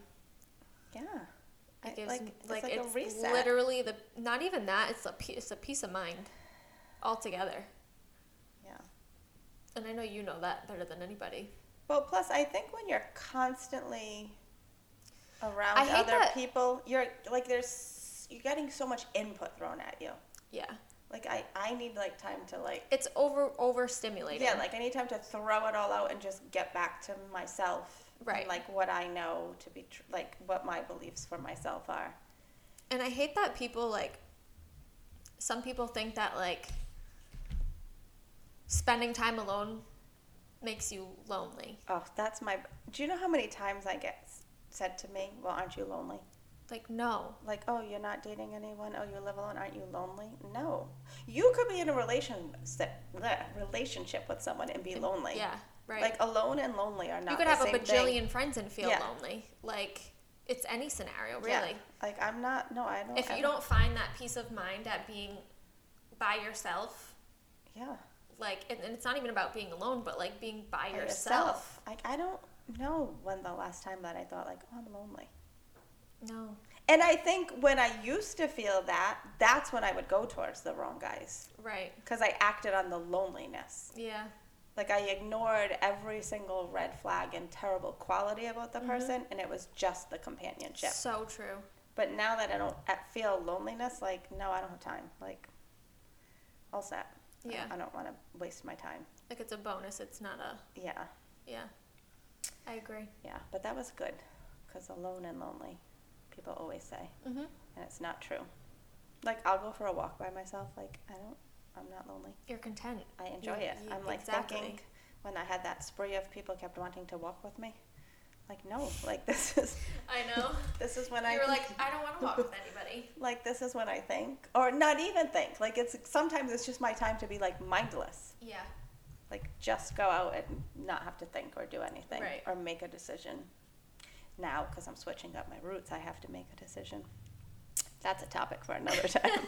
Speaker 5: Yeah.
Speaker 4: It
Speaker 5: I-
Speaker 4: gives
Speaker 5: like,
Speaker 4: m-
Speaker 5: it's
Speaker 4: like,
Speaker 5: like a
Speaker 4: it's
Speaker 5: reset.
Speaker 4: literally the not even that it's a pe- it's a peace of mind altogether.
Speaker 5: Yeah.
Speaker 4: And I know you know that better than anybody.
Speaker 5: Well, plus I think when you're constantly around
Speaker 4: I hate
Speaker 5: other
Speaker 4: that-
Speaker 5: people, you're like there's you're getting so much input thrown at you.
Speaker 4: Yeah.
Speaker 5: Like I I need like time to like
Speaker 4: It's over overstimulating.
Speaker 5: yeah like I need time to throw it all out and just get back to myself. and,
Speaker 4: Right.
Speaker 5: like what I know to be tr- like what my beliefs for myself are.
Speaker 4: And I hate that people like some people think that like spending time alone makes you lonely.
Speaker 5: Oh, that's my. Do you know how many times I get s- said to me, "Well, aren't you lonely?"
Speaker 4: Like no.
Speaker 5: Like, oh, you're not dating anyone. Oh, you live alone. Aren't you lonely? No, you could be in a relationship bleh, relationship with someone and be lonely.
Speaker 4: Yeah, right.
Speaker 5: Like alone and lonely are not.
Speaker 4: you could
Speaker 5: the
Speaker 4: have a
Speaker 5: same
Speaker 4: bajillion
Speaker 5: Thing.
Speaker 4: friends and feel
Speaker 5: Yeah.
Speaker 4: lonely. Like it's any scenario, really.
Speaker 5: Yeah. Like I'm not. No, I don't.
Speaker 4: If
Speaker 5: ever-
Speaker 4: you don't find that peace of mind at being by yourself,
Speaker 5: Yeah.
Speaker 4: like and, and it's not even about being alone, but like being by,
Speaker 5: by
Speaker 4: yourself.
Speaker 5: Like I don't know when the last time that I thought like, oh, I'm lonely.
Speaker 4: No.
Speaker 5: And I think when I used to feel that, that's when I would go towards the wrong guys
Speaker 4: Right.
Speaker 5: because I acted on the loneliness.
Speaker 4: Yeah.
Speaker 5: Like I ignored every single red flag and terrible quality about
Speaker 4: Mm-hmm.
Speaker 5: the person, and it was just the companionship.
Speaker 4: So true.
Speaker 5: But now that I don't a- feel loneliness, like no, I don't have time. Like, all set. I-
Speaker 4: Yeah.
Speaker 5: I don't want to waste my time.
Speaker 4: Like it's a bonus, it's not a
Speaker 5: Yeah,
Speaker 4: yeah. I agree.
Speaker 5: yeah. But that was good, because alone and lonely, people always say,
Speaker 4: Mhm.
Speaker 5: and it's not true. Like I'll go for a walk by myself. Like I don't, I'm not lonely.
Speaker 4: You're content.
Speaker 5: I enjoy
Speaker 4: You-
Speaker 5: it.
Speaker 4: you-
Speaker 5: I'm like
Speaker 4: exactly.
Speaker 5: thinking when I had that spree of people kept wanting to walk with me. Like no, like this is
Speaker 4: I know.
Speaker 5: this is when I
Speaker 4: you were like, I don't want to walk with anybody.
Speaker 5: like this is when I think or not even think. Like it's sometimes it's just my time to be like mindless.
Speaker 4: Yeah.
Speaker 5: Like just go out and not have to think or do anything
Speaker 4: Right.
Speaker 5: or make a decision. Now cuz I'm switching up my routes, I have to make a decision. That's a topic for another time.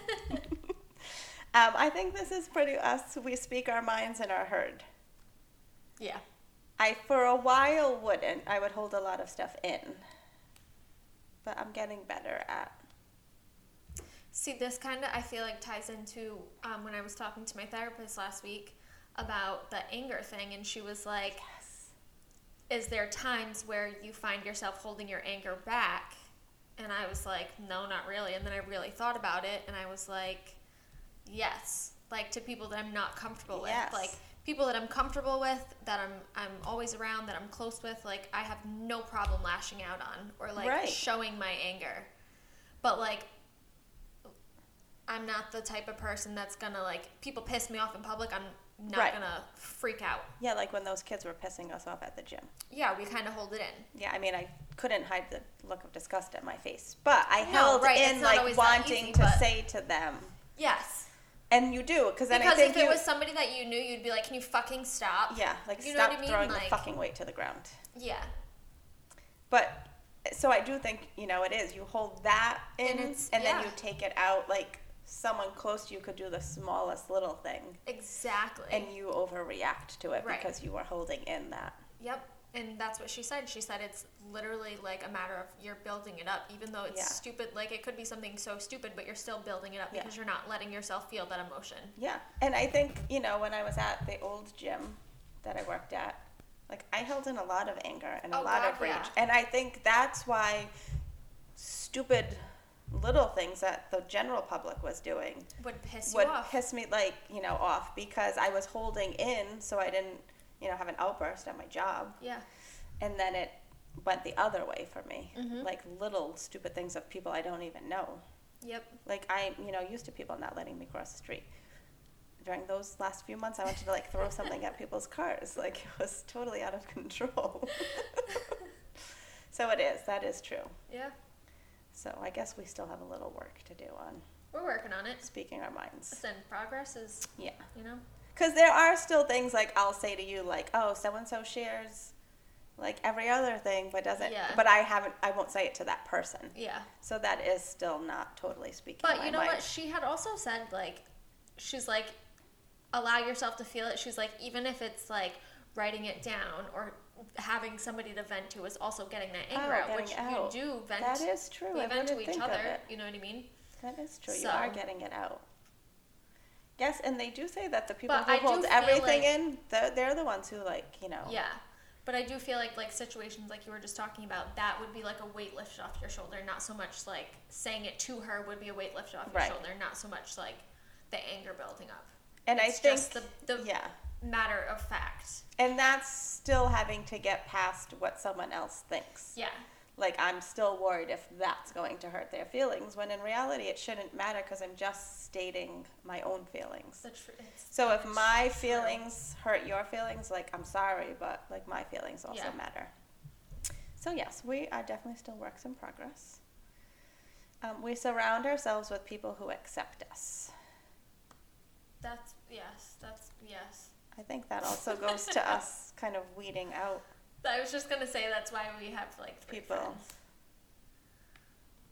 Speaker 5: um, I think this is pretty us. We speak our minds and are heard.
Speaker 4: Yeah.
Speaker 5: I for a while wouldn't. I would hold a lot of stuff in. But I'm getting better at
Speaker 4: See, this kind of I feel like ties into um, when I was talking to my therapist last week about the anger thing, and she was like, "Is there times where you find yourself holding your anger back?" And I was like, "No, not really." And then I really thought about it, and I was like, "Yes." Like to people that I'm not comfortable
Speaker 5: Yes.
Speaker 4: with, like people that I'm comfortable with, that I'm I'm always around, that I'm close with. Like I have no problem lashing out on or like
Speaker 5: Right.
Speaker 4: showing my anger, but like I'm not the type of person that's gonna like people piss me off in public. I'm not
Speaker 5: Right.
Speaker 4: gonna freak out.
Speaker 5: Yeah, like when those kids were pissing us off at the gym.
Speaker 4: Yeah, we kind of hold it in.
Speaker 5: Yeah, I mean, I couldn't hide the look of disgust at my face, but I
Speaker 4: No,
Speaker 5: held
Speaker 4: right, it's
Speaker 5: in
Speaker 4: not
Speaker 5: like
Speaker 4: always that
Speaker 5: wanting
Speaker 4: easy,
Speaker 5: to
Speaker 4: but-
Speaker 5: say to them,
Speaker 4: Yes,
Speaker 5: and you do because then
Speaker 4: because
Speaker 5: I think
Speaker 4: if it
Speaker 5: you-
Speaker 4: was somebody that you knew, you'd be like, "Can you fucking stop?"
Speaker 5: yeah, like
Speaker 4: you know
Speaker 5: stop
Speaker 4: what I mean?
Speaker 5: throwing the
Speaker 4: Like-
Speaker 5: fucking weight to the ground.
Speaker 4: yeah,
Speaker 5: But so I do think you know it is you hold that in,
Speaker 4: And
Speaker 5: and,
Speaker 4: it's-
Speaker 5: then
Speaker 4: yeah.
Speaker 5: you take it out. Like someone close to you could do the smallest little thing,
Speaker 4: exactly.
Speaker 5: and you overreact to it
Speaker 4: Right.
Speaker 5: because you were holding in that.
Speaker 4: yep, and that's what she said. She said it's literally like a matter of you're building it up, even though it's
Speaker 5: Yeah.
Speaker 4: stupid. Like it could be something so stupid, but you're still building it up
Speaker 5: Yeah.
Speaker 4: because you're not letting yourself feel that emotion.
Speaker 5: Yeah. And I think, you know, when I was at the old gym that I worked at, like I held in a lot of anger and a
Speaker 4: Oh,
Speaker 5: lot
Speaker 4: God,
Speaker 5: of rage.
Speaker 4: yeah.
Speaker 5: And I think that's why stupid little things that the general public was doing
Speaker 4: Would piss
Speaker 5: would
Speaker 4: you off.
Speaker 5: piss me like, you know, off because I was holding in so I didn't, you know, have an outburst at my job.
Speaker 4: yeah.
Speaker 5: And then it went the other way for me.
Speaker 4: Mm-hmm.
Speaker 5: Like little stupid things of people I don't even know.
Speaker 4: Yep.
Speaker 5: Like I'm, you know, used to people not letting me cross the street. During those last few months, I wanted to like throw something at people's cars. Like it was totally out of control. so it is. That is true.
Speaker 4: Yeah.
Speaker 5: So I guess we still have a little work to do on
Speaker 4: We're working on it.
Speaker 5: speaking our minds.
Speaker 4: Listen, progress is,
Speaker 5: Yeah.
Speaker 4: you know.
Speaker 5: Because there are still things like I'll say to you like, oh, so and so shares like every other thing, but doesn't.
Speaker 4: Yeah.
Speaker 5: But I haven't. I won't say it to that person.
Speaker 4: Yeah.
Speaker 5: So that is still not totally speaking.
Speaker 4: But
Speaker 5: my
Speaker 4: you know
Speaker 5: mind.
Speaker 4: what? She had also said like, she's like, allow yourself to feel it. She's like, even if it's like writing it down or having somebody to vent to is also getting that anger
Speaker 5: Oh,
Speaker 4: out, which
Speaker 5: getting out.
Speaker 4: you do vent.
Speaker 5: That is true.
Speaker 4: We
Speaker 5: I
Speaker 4: vent to
Speaker 5: wouldn't
Speaker 4: each
Speaker 5: think of
Speaker 4: other.
Speaker 5: it.
Speaker 4: You know what I mean?
Speaker 5: That is true.
Speaker 4: So-
Speaker 5: You are getting it out. Yes, and they do say that the people
Speaker 4: But
Speaker 5: who
Speaker 4: I do
Speaker 5: hold
Speaker 4: feel
Speaker 5: everything
Speaker 4: like-
Speaker 5: in, they're, they're the ones who, like, you know.
Speaker 4: Yeah. But I do feel like like situations like you were just talking about that would be like a weight lifted off your shoulder. Not so much like saying it to her would be a weight lifted off your
Speaker 5: Right.
Speaker 4: shoulder. Not so much like the anger building up.
Speaker 5: And I
Speaker 4: It's
Speaker 5: think,
Speaker 4: just the- the-
Speaker 5: yeah,
Speaker 4: Matter of fact.
Speaker 5: and that's still having to get past what someone else thinks.
Speaker 4: Yeah.
Speaker 5: Like, I'm still worried if that's going to hurt their feelings, when in reality, it shouldn't matter because I'm just stating my own feelings.
Speaker 4: The tr- it's,
Speaker 5: So if my
Speaker 4: true.
Speaker 5: feelings hurt your feelings, like I'm sorry, but like my feelings also
Speaker 4: Yeah.
Speaker 5: matter. So yes, we are definitely still works in progress. Um, we surround ourselves with people who accept us.
Speaker 4: that's yes. That's yes.
Speaker 5: I think that also goes to us kind of weeding out
Speaker 4: I was just gonna say that's why we have like three
Speaker 5: People.
Speaker 4: friends.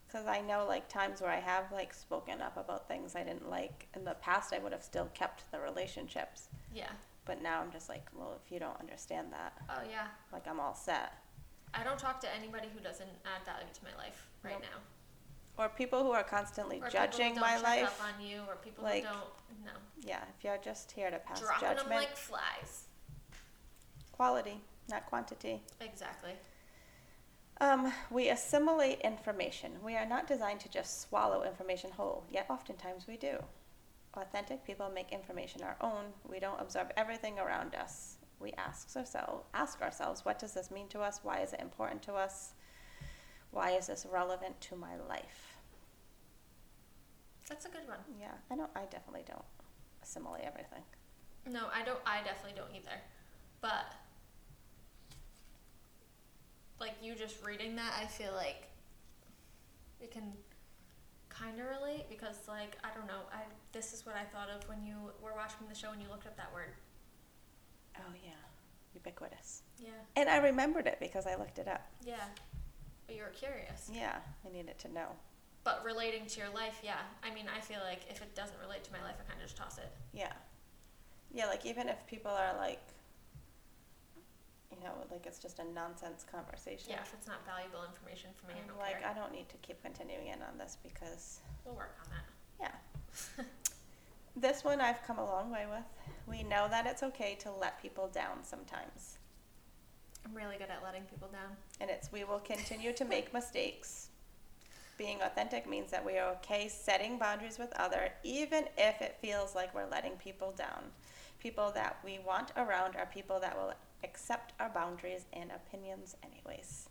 Speaker 5: because I know like times where I have like spoken up about things I didn't like in the past, I would have still kept the relationships.
Speaker 4: Yeah.
Speaker 5: But now I'm just like, well, if you don't understand that,
Speaker 4: Oh yeah.
Speaker 5: like I'm all set.
Speaker 4: I don't talk to anybody who doesn't add value to my life right
Speaker 5: Nope.
Speaker 4: now.
Speaker 5: Or people who are constantly
Speaker 4: Or
Speaker 5: judging
Speaker 4: people who don't
Speaker 5: my
Speaker 4: check
Speaker 5: life.
Speaker 4: up on you, or people
Speaker 5: like,
Speaker 4: who don't. No.
Speaker 5: Yeah, if you're just here to pass
Speaker 4: dropping
Speaker 5: judgment,
Speaker 4: them like flies.
Speaker 5: quality, not quantity.
Speaker 4: Exactly.
Speaker 5: Um, we assimilate information. We are not designed to just swallow information whole, yet oftentimes we do. Authentic people make information our own. We don't absorb everything around us. We ask ourselves, ask ourselves, what does this mean to us? Why is it important to us? Why is this relevant to my life?
Speaker 4: That's a good one.
Speaker 5: Yeah, I don't. I definitely don't assimilate everything.
Speaker 4: No, I don't. I definitely don't either. But like you just reading that, I feel like we can kind of relate because like I don't know. I this is what I thought of when you were watching the show and you looked up that word.
Speaker 5: Oh yeah, ubiquitous.
Speaker 4: Yeah.
Speaker 5: And I remembered it because I looked it up.
Speaker 4: Yeah. But you were curious.
Speaker 5: Yeah, I needed to know.
Speaker 4: But relating to your life, yeah. I mean, I feel like if it doesn't relate to my life, I kind of just toss it.
Speaker 5: Yeah. Yeah, like even if people are like, you know, like it's just a nonsense conversation.
Speaker 4: Yeah, if it's not valuable information for me, I
Speaker 5: I'm
Speaker 4: don't
Speaker 5: like,
Speaker 4: care.
Speaker 5: I don't need to keep continuing in on this because,
Speaker 4: We'll work on that.
Speaker 5: yeah. This one I've come a long way with. We know that it's okay to let people down sometimes.
Speaker 4: I'm really good at letting people down.
Speaker 5: And it's we will continue to make mistakes. Being authentic means that we are okay setting boundaries with other, even if it feels like we're letting people down. People that we want around are people that will accept our boundaries and opinions anyways.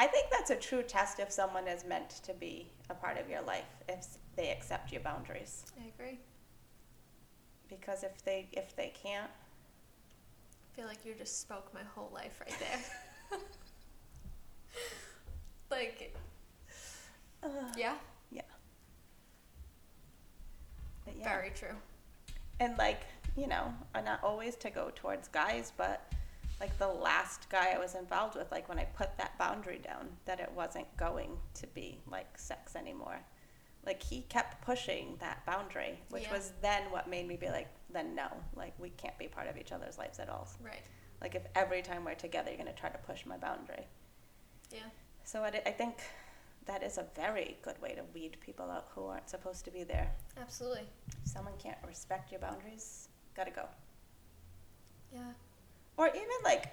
Speaker 5: I think that's a true test if someone is meant to be a part of your life, if they accept your boundaries.
Speaker 4: I agree.
Speaker 5: Because if they if they can't,
Speaker 4: I feel like you just spoke my whole life right there. like,
Speaker 5: Ugh.
Speaker 4: yeah,
Speaker 5: yeah. But yeah.
Speaker 4: very true.
Speaker 5: and like you know and not always to go towards guys but like the last guy i was involved with like when i put that boundary down that it wasn't going to be like sex anymore like he kept pushing that boundary which
Speaker 4: Yeah.
Speaker 5: was then what made me be like then no like we can't be part of each other's lives at all
Speaker 4: Right.
Speaker 5: Like if every time we're together, you're gonna try to push my boundary.
Speaker 4: Yeah.
Speaker 5: So I, I think that is a very good way to weed people out who aren't supposed to be there.
Speaker 4: Absolutely.
Speaker 5: If someone can't respect your boundaries, gotta go.
Speaker 4: Yeah.
Speaker 5: Or even like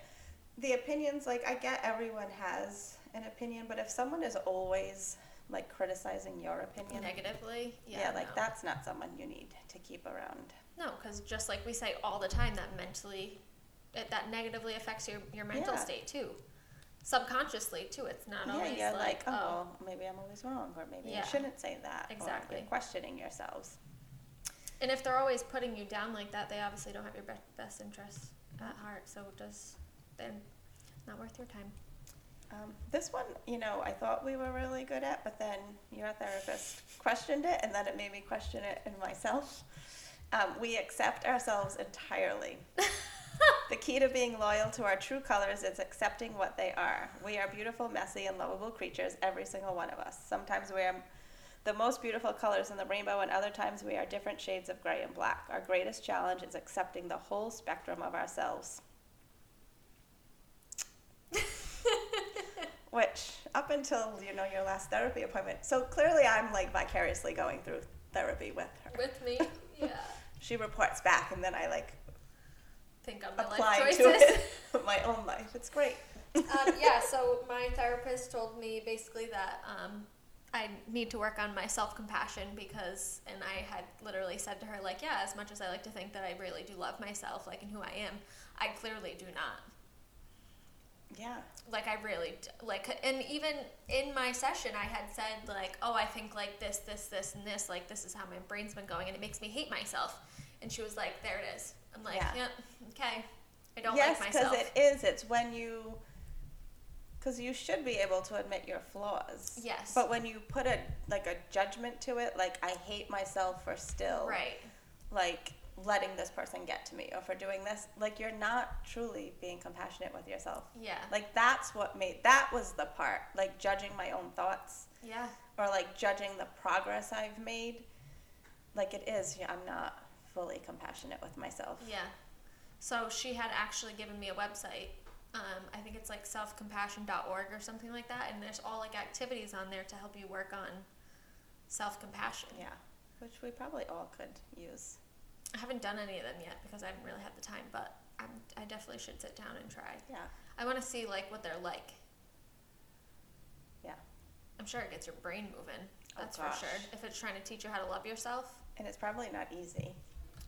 Speaker 5: the opinions, like I get everyone has an opinion, but if someone is always like criticizing your opinion,
Speaker 4: Negatively. Yeah.
Speaker 5: yeah, like
Speaker 4: no.
Speaker 5: that's not someone you need to keep around.
Speaker 4: No, because just like we say all the time, that mentally, it, that negatively affects your, your mental
Speaker 5: Yeah.
Speaker 4: state too. Subconsciously too. It's not
Speaker 5: Yeah, uh-huh.
Speaker 4: always
Speaker 5: you're
Speaker 4: like, oh,
Speaker 5: well, maybe I'm always wrong, or maybe
Speaker 4: Yeah.
Speaker 5: I shouldn't say that. Or
Speaker 4: Exactly.
Speaker 5: you're questioning yourselves.
Speaker 4: And if they're always putting you down like that, they obviously don't have your be- best interests at heart. So it does, then not worth your time.
Speaker 5: Um, this one, you know, I thought we were really good at, but then your therapist questioned it, and then it made me question it in myself. Um, we accept ourselves entirely. the key to being loyal to our true colors is accepting what they are. We are beautiful, messy, and lovable creatures, every single one of us. Sometimes we are the most beautiful colors in the rainbow, and other times we are different shades of gray and black. Our greatest challenge is accepting the whole spectrum of ourselves. Which, up until you know your last therapy appointment, so clearly I'm like vicariously going through therapy with her.
Speaker 4: With me, yeah.
Speaker 5: She reports back, and then I like
Speaker 4: Think on my
Speaker 5: apply
Speaker 4: life
Speaker 5: to
Speaker 4: choices.
Speaker 5: it my own life. It's great.
Speaker 4: um, yeah, so my therapist told me basically that um, I need to work on my self compassion because, and I had literally said to her, like, yeah, as much as I like to think that I really do love myself, like, and who I am, I clearly do not.
Speaker 5: Yeah.
Speaker 4: Like, I really, d- like, and even in my session, I had said, like, oh, I think like this, this, this, and this, like, this is how my brain's been going, and it makes me hate myself. And she was like, there it is. I'm like,
Speaker 5: Yeah.
Speaker 4: yep, okay. I don't
Speaker 5: yes,
Speaker 4: like
Speaker 5: because
Speaker 4: myself.
Speaker 5: it is. It's when you, because you should be able to admit your flaws.
Speaker 4: Yes.
Speaker 5: But when you put a like a judgment to it, like I hate myself for still
Speaker 4: right.
Speaker 5: like letting this person get to me or for doing this, like you're not truly being compassionate with yourself.
Speaker 4: Yeah.
Speaker 5: Like that's what made that was the part like judging my own thoughts
Speaker 4: yeah.
Speaker 5: or like judging the progress I've made. Like it is, yeah, I'm not fully compassionate with myself.
Speaker 4: Yeah. So she had actually given me a website. Um, I think it's like selfcompassion.org or something like that. And there's all like activities on there to help you work on self compassion.
Speaker 5: Yeah, which we probably all could use.
Speaker 4: I haven't done any of them yet because I haven't really had the time, but I'm, I definitely should sit down and try.
Speaker 5: Yeah,
Speaker 4: I want to see like what they're like.
Speaker 5: yeah.
Speaker 4: I'm sure it gets your brain moving.
Speaker 5: Oh,
Speaker 4: That's
Speaker 5: gosh.
Speaker 4: for sure. If it's trying to teach you how to love yourself.
Speaker 5: And it's probably not easy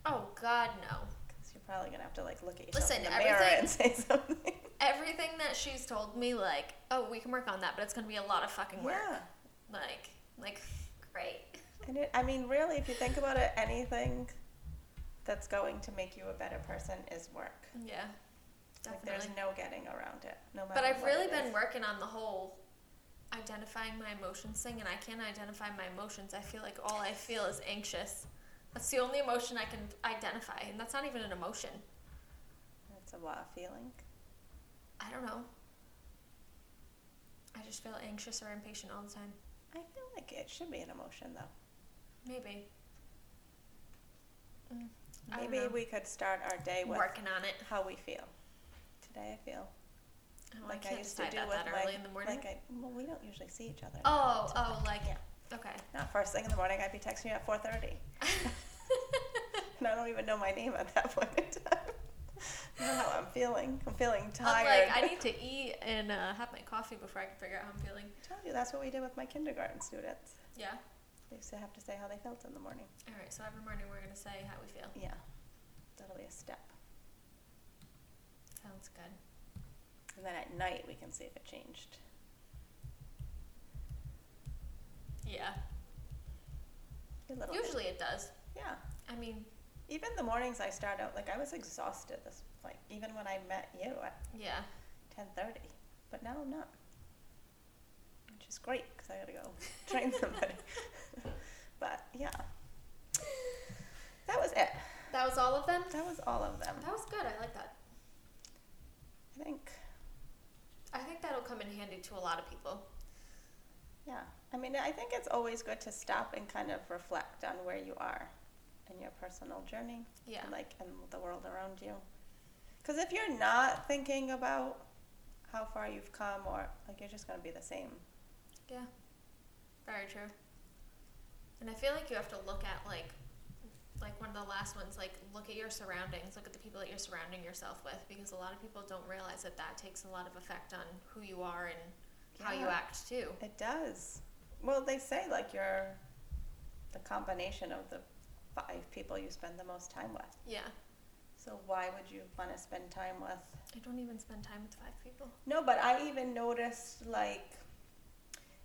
Speaker 4: Oh, God, no.
Speaker 5: because you're probably gonna have to like look at yourself in
Speaker 4: Listen,
Speaker 5: the mirror
Speaker 4: everything-
Speaker 5: and say something.
Speaker 4: Everything that she's told me, like, oh, we can work on that, but it's going to be a lot of fucking work.
Speaker 5: yeah,
Speaker 4: Like, like, great.
Speaker 5: and it, I mean, really, if you think about it, anything that's going to make you a better person is work.
Speaker 4: Yeah,
Speaker 5: Like there's
Speaker 4: definitely.
Speaker 5: no getting around it, no matter.
Speaker 4: but I've
Speaker 5: what
Speaker 4: really
Speaker 5: it
Speaker 4: been
Speaker 5: is.
Speaker 4: working on the whole identifying my emotions thing, and I can't identify my emotions. I feel like all I feel is anxious. That's the only emotion I can identify, and that's not even an emotion.
Speaker 5: It's a lot of feeling.
Speaker 4: I don't know. I just feel anxious or impatient all the time.
Speaker 5: I feel like it should be an emotion though.
Speaker 4: Maybe. Mm, I don't
Speaker 5: Maybe
Speaker 4: know.
Speaker 5: we could start our day with
Speaker 4: working on it.
Speaker 5: how we feel. Today I feel
Speaker 4: Oh,
Speaker 5: like
Speaker 4: I
Speaker 5: I,
Speaker 4: can't
Speaker 5: used to
Speaker 4: decide
Speaker 5: do
Speaker 4: that
Speaker 5: with
Speaker 4: that
Speaker 5: my
Speaker 4: early in the morning.
Speaker 5: like I well we don't usually see each other.
Speaker 4: oh, oh, like
Speaker 5: Yeah.
Speaker 4: okay.
Speaker 5: Not first thing in the morning. I'd be texting you at 4:30, and I don't even know my name at that point in time. I don't know how I'm feeling. I'm feeling
Speaker 4: I'm
Speaker 5: tired.
Speaker 4: like, I need to eat and uh, have my coffee before I can figure out how I'm feeling.
Speaker 5: I told you that's what we did with my kindergarten students.
Speaker 4: Yeah.
Speaker 5: They used to have to say how they felt in the morning.
Speaker 4: All right. So every morning we're gonna say how we feel.
Speaker 5: Yeah, that'll be a step,
Speaker 4: Sounds good.
Speaker 5: and then at night we can see if it changed.
Speaker 4: Yeah.
Speaker 5: A little bit.
Speaker 4: Usually it does.
Speaker 5: yeah.
Speaker 4: I mean,
Speaker 5: Even the mornings I start out like I was exhausted. This like even when I met you at
Speaker 4: yeah.
Speaker 5: 10:30, but now I'm not, which is great because I gotta go train somebody. But yeah. That was it.
Speaker 4: That was all of them.
Speaker 5: That was all of them.
Speaker 4: That was good. I like that.
Speaker 5: I think,
Speaker 4: I think that'll come in handy to a lot of people.
Speaker 5: yeah. I mean, I think it's always good to stop and kind of reflect on where you are in your personal journey
Speaker 4: Yeah.
Speaker 5: and like in the world around you. Because if you're not thinking about how far you've come, or like you're just gonna be the same.
Speaker 4: Yeah. Very true. And I feel like you have to look at like like one of the last ones, like look at your surroundings, look at the people that you're surrounding yourself with because a lot of people don't realize that that takes a lot of effect on who you are and how you
Speaker 5: Yeah.
Speaker 4: act too.
Speaker 5: It does. Well, they say like you're the combination of the five people you spend the most time with.
Speaker 4: Yeah.
Speaker 5: So why would you want to spend time with?
Speaker 4: I don't even spend time with five people.
Speaker 5: No, but I even noticed like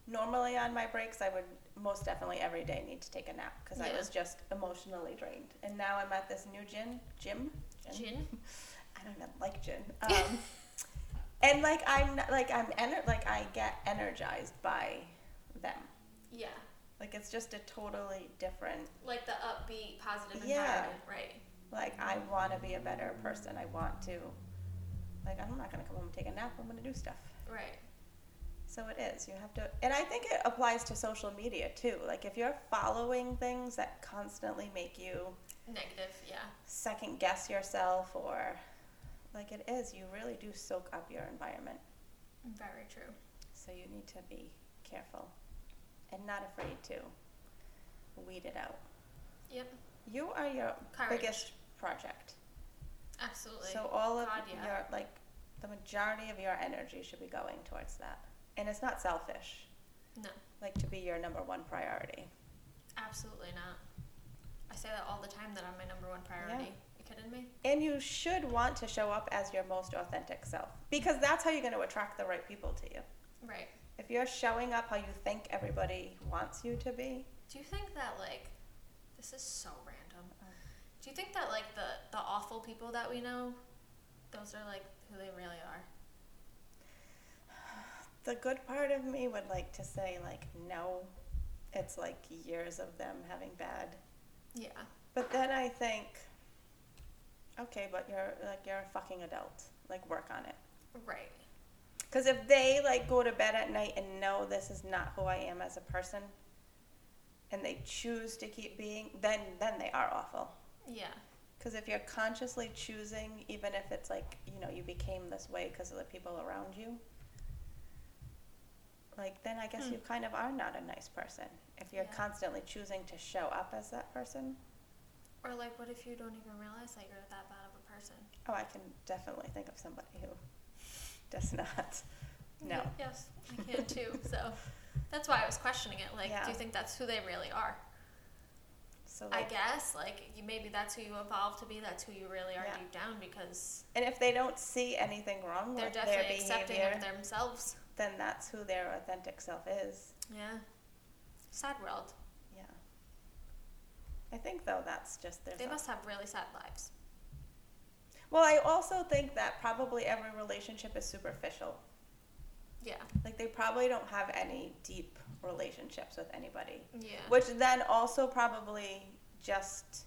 Speaker 5: normally on my breaks I would most definitely every day need to take a nap because I
Speaker 4: Yeah.
Speaker 5: was just emotionally drained. And now I'm at this new gym, gym,
Speaker 4: Gin?
Speaker 5: I don't even like gin. Um, and like I'm not, like I'm ener- like I get energized by them.
Speaker 4: Yeah.
Speaker 5: Like it's just a totally different.
Speaker 4: Like the upbeat, positive
Speaker 5: Yeah.
Speaker 4: environment, right?
Speaker 5: Like I want to be a better person. I want to. Like I'm not gonna come home and take a nap. I'm gonna do stuff.
Speaker 4: Right.
Speaker 5: So it is. You have to, and I think it applies to social media too. Like if you're following things that constantly make you
Speaker 4: Negative, yeah.
Speaker 5: second guess yourself, or like it is, you really do soak up your environment.
Speaker 4: Very true.
Speaker 5: So you need to be careful and not afraid to weed it out.
Speaker 4: Yep.
Speaker 5: You are your
Speaker 4: Courage.
Speaker 5: biggest project.
Speaker 4: Absolutely.
Speaker 5: So all of
Speaker 4: God, yeah.
Speaker 5: your like the majority of your energy should be going towards that. And it's not selfish,
Speaker 4: No,
Speaker 5: like to be your number one priority.
Speaker 4: absolutely not. I say that all the time that I'm my number one priority. You kidding me?
Speaker 5: And you should want to show up as your most authentic self because that's how you're going to attract the right people to you.
Speaker 4: Right.
Speaker 5: If you're showing up how you think everybody wants you to be,
Speaker 4: Do you think that like this is so random?
Speaker 5: Uh-huh.
Speaker 4: Do you think that like the the awful people that we know, those are like who they really are?
Speaker 5: the good part of me would like to say like no. It's like years of them having bad.
Speaker 4: Yeah.
Speaker 5: But then I think okay, but you're like you're a fucking adult. Like work on it.
Speaker 4: Right.
Speaker 5: Cuz if they like go to bed at night and know this is not who I am as a person and they choose to keep being then then they are awful.
Speaker 4: Yeah.
Speaker 5: Because if you're consciously choosing, even if it's like, you know, you became this way because of the people around you, like, then I guess you kind of are not a nice person. If you're
Speaker 4: Hmm. Yeah.
Speaker 5: constantly choosing to show up as that person,
Speaker 4: Or like, what if you don't even realize that you're that bad of a person?
Speaker 5: oh, I can definitely think of somebody who does not. No.
Speaker 4: Y- Yes, I can too. so that's why I was questioning it. Like,
Speaker 5: Yeah.
Speaker 4: do you think that's who they really are?
Speaker 5: So,
Speaker 4: I
Speaker 5: like,
Speaker 4: guess like you maybe that's who you evolved to be. That's who you really are
Speaker 5: Yeah.
Speaker 4: deep down because
Speaker 5: and if they don't see anything wrong
Speaker 4: they're
Speaker 5: with their
Speaker 4: definitely accepting
Speaker 5: behavior,
Speaker 4: of themselves.
Speaker 5: then that's who their authentic self is.
Speaker 4: Yeah. Sad world.
Speaker 5: Yeah. I think, though, that's just their
Speaker 4: They must have really sad lives.
Speaker 5: Well, I also think that probably every relationship is superficial.
Speaker 4: Yeah.
Speaker 5: Like they probably don't have any deep relationships with anybody,
Speaker 4: Yeah.
Speaker 5: which then also probably just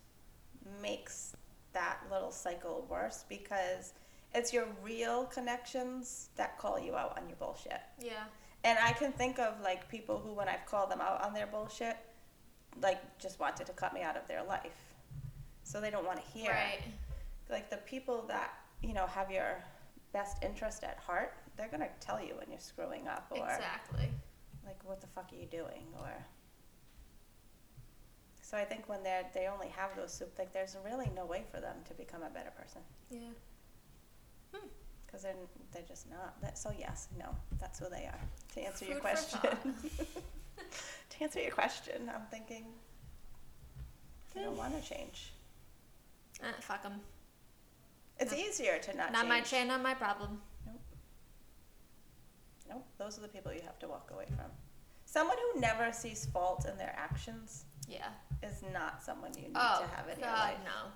Speaker 5: makes that little cycle worse because it's your real connections that call you out on your bullshit.
Speaker 4: Yeah.
Speaker 5: And I can think of like people who, when I've called them out on their bullshit, like just wanted to cut me out of their life. So they don't want to hear. it
Speaker 4: Right.
Speaker 5: like the people that you know have your best interest at heart they're gonna tell you when you're screwing up or
Speaker 4: Exactly.
Speaker 5: like what the fuck are you doing or so i think when they're they only have those soup like there's really no way for them to become a better person
Speaker 4: Yeah.
Speaker 5: because they're they're just not that so yes no that's who they are to answer your
Speaker 4: Food for
Speaker 5: question
Speaker 4: thought.
Speaker 5: to answer your question i'm thinking i don't want to change
Speaker 4: Ah, fuck them.
Speaker 5: it's
Speaker 4: Not-
Speaker 5: easier to not,
Speaker 4: Not my
Speaker 5: change.
Speaker 4: chain, not my problem.
Speaker 5: Nope, those are the people you have to walk away from. Someone who never sees fault in their actions
Speaker 4: Yeah.
Speaker 5: is not someone you need
Speaker 4: Oh,
Speaker 5: to have in your
Speaker 4: God,
Speaker 5: life.
Speaker 4: no.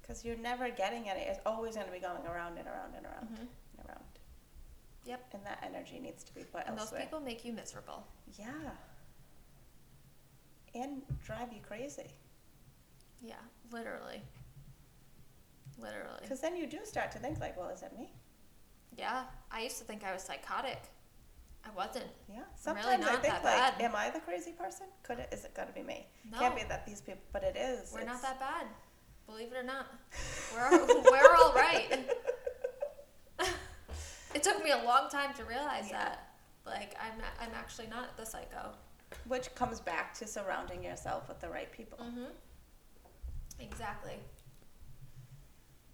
Speaker 5: Because you're never getting any. It's always going to be going around and around and around and around.
Speaker 4: Mm-hmm. Yep.
Speaker 5: And that energy needs to be put
Speaker 4: And those
Speaker 5: elsewhere.
Speaker 4: people make you miserable.
Speaker 5: yeah. And drive you crazy.
Speaker 4: Yeah. Literally. Literally.
Speaker 5: Because then you do start to think, like, well, is it me?
Speaker 4: Yeah. I used to think I was psychotic. I wasn't.
Speaker 5: Yeah.
Speaker 4: I'm really
Speaker 5: Sometimes I
Speaker 4: not
Speaker 5: think, like,
Speaker 4: that bad.
Speaker 5: am I the crazy person? Could it, is it going to be me?
Speaker 4: No.
Speaker 5: Can't be that these people, but it is.
Speaker 4: We're
Speaker 5: It's-
Speaker 4: not that bad. Believe it or not, we're we're all right. it took me a long time to realize that. Like I'm not, I'm actually not the psycho.
Speaker 5: Which comes back to surrounding yourself with the right people.
Speaker 4: Mm. Exactly.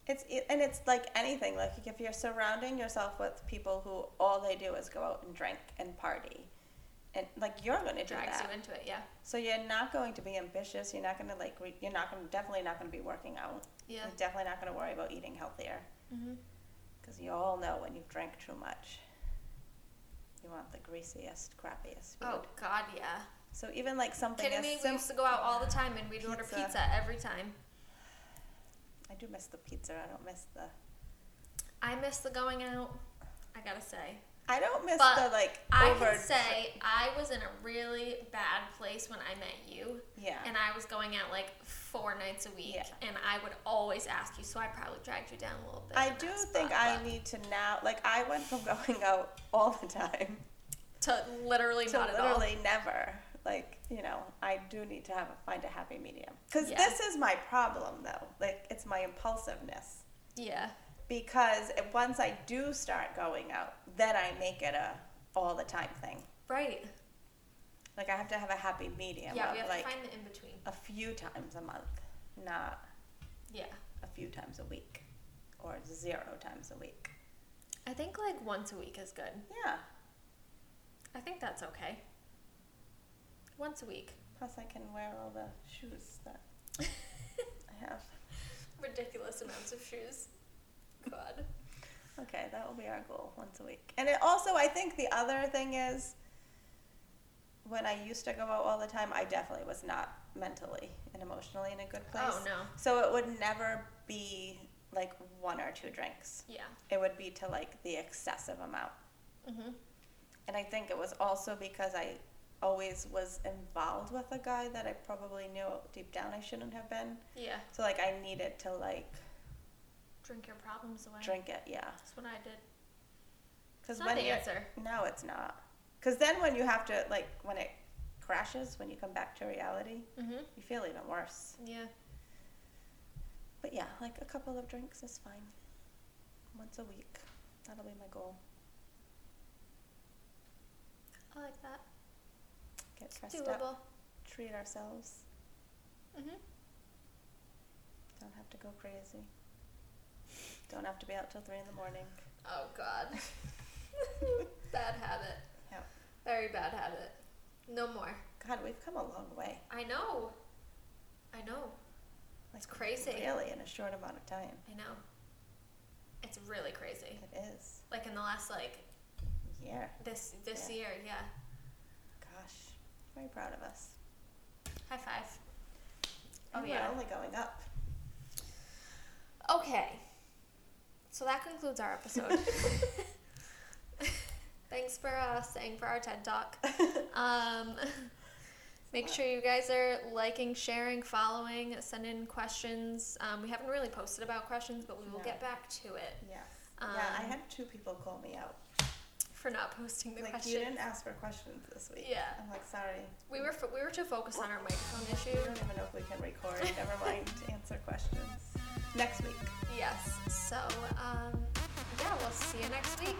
Speaker 5: It's and it's like anything. Like if you're surrounding yourself with people who all they do is go out and drink and party, and like you're going to do
Speaker 4: Drags
Speaker 5: that.
Speaker 4: you into it. Yeah.
Speaker 5: So you're not going to be ambitious. You're not going to like. Re- you're not going. to Definitely not going to be working out.
Speaker 4: Yeah. Mm-hmm.
Speaker 5: You're definitely not going to worry about eating healthier. Because you all know when you've drank too much, you want the greasiest, crappiest food.
Speaker 4: Oh God, yeah.
Speaker 5: So even like something
Speaker 4: Kidding
Speaker 5: as
Speaker 4: me? We
Speaker 5: sim-
Speaker 4: used to go out all the time and we'd order
Speaker 5: Pizza.
Speaker 4: pizza every time.
Speaker 5: I do miss the pizza. I don't miss the.
Speaker 4: I miss the going out. I gotta say.
Speaker 5: I don't miss
Speaker 4: But
Speaker 5: the like
Speaker 4: I
Speaker 5: over.
Speaker 4: can say I was in a really bad place when I met you.
Speaker 5: Yeah.
Speaker 4: And I was going out like four nights a week,
Speaker 5: Yeah.
Speaker 4: and I would always ask you, so I probably dragged you down a little bit.
Speaker 5: I
Speaker 4: in
Speaker 5: do
Speaker 4: that spot,
Speaker 5: think I
Speaker 4: but
Speaker 5: need to now. Like I went from going out all the time
Speaker 4: to literally
Speaker 5: to
Speaker 4: not at all.
Speaker 5: literally never. Like you know, I do need to have a, find a happy medium. Because
Speaker 4: Yeah.
Speaker 5: this is my problem though. Like it's my impulsiveness.
Speaker 4: Yeah.
Speaker 5: Because if- once I do start going out, then I make it a all the time thing.
Speaker 4: Right.
Speaker 5: Like I have to have a happy medium.
Speaker 4: yeah,
Speaker 5: of,
Speaker 4: we have
Speaker 5: like
Speaker 4: to find the in between.
Speaker 5: a few times a month, not
Speaker 4: Yeah.
Speaker 5: a few times a week or zero times a week.
Speaker 4: I think like once a week is good.
Speaker 5: Yeah.
Speaker 4: I think that's okay. Once a week.
Speaker 5: Plus, I can wear all the shoes that I have.
Speaker 4: Ridiculous amounts of shoes. God.
Speaker 5: Okay, that will be our goal once a week. And it also, I think the other thing is when I used to go out all the time, I definitely was not mentally and emotionally in a good place.
Speaker 4: Oh, no.
Speaker 5: So it would never be like one or two drinks,
Speaker 4: Yeah.
Speaker 5: it would be to like the excessive amount.
Speaker 4: Mm-hmm.
Speaker 5: And I think it was also because I always was involved with a guy that I probably knew deep down I shouldn't have been.
Speaker 4: Yeah.
Speaker 5: So like I needed to like
Speaker 4: Drink your problems away.
Speaker 5: drink it, yeah.
Speaker 4: That's what I did.
Speaker 5: Because
Speaker 4: It's not the answer.
Speaker 5: No, it's not. Because then when you have to like when it crashes, when you come back to reality,
Speaker 4: Mhm.
Speaker 5: you feel even worse.
Speaker 4: Yeah.
Speaker 5: But yeah, like a couple of drinks is fine. Once a week, that'll be my goal.
Speaker 4: I like that.
Speaker 5: Get dressed
Speaker 4: It's doable.
Speaker 5: up, treat ourselves.
Speaker 4: Mhm.
Speaker 5: Don't have to go crazy. Don't have to be out till three in the morning.
Speaker 4: Oh God. bad habit.
Speaker 5: Yeah.
Speaker 4: Very bad habit. No more.
Speaker 5: God, we've come a long way.
Speaker 4: I know. I know.
Speaker 5: Like,
Speaker 4: crazy.
Speaker 5: Really, in a short amount of time.
Speaker 4: I know. It's really crazy.
Speaker 5: It is.
Speaker 4: Like in the last like
Speaker 5: Yeah.
Speaker 4: this this
Speaker 5: Yeah.
Speaker 4: year, yeah.
Speaker 5: Gosh, very proud of us.
Speaker 4: High five. Oh,
Speaker 5: And
Speaker 4: yeah.
Speaker 5: We're only going up.
Speaker 4: Okay. So that concludes our episode. Thanks for uh, staying for our TED Talk. Um, make sure you guys are liking, sharing, following, send in questions. Um, we haven't really posted about questions, but we will
Speaker 5: No.
Speaker 4: get back to it
Speaker 5: Yes. yeah, I
Speaker 4: Um,
Speaker 5: had two people call me out.
Speaker 4: for not posting the
Speaker 5: Like
Speaker 4: questions.
Speaker 5: you didn't ask for questions this week.
Speaker 4: Yeah.
Speaker 5: I'm like, sorry.
Speaker 4: We were fo- we were too focused on our microphone
Speaker 5: We
Speaker 4: issue.
Speaker 5: don't even know if we can record. Never mind. Answer questions next week.
Speaker 4: Yes. So um, yeah, we'll see you next week.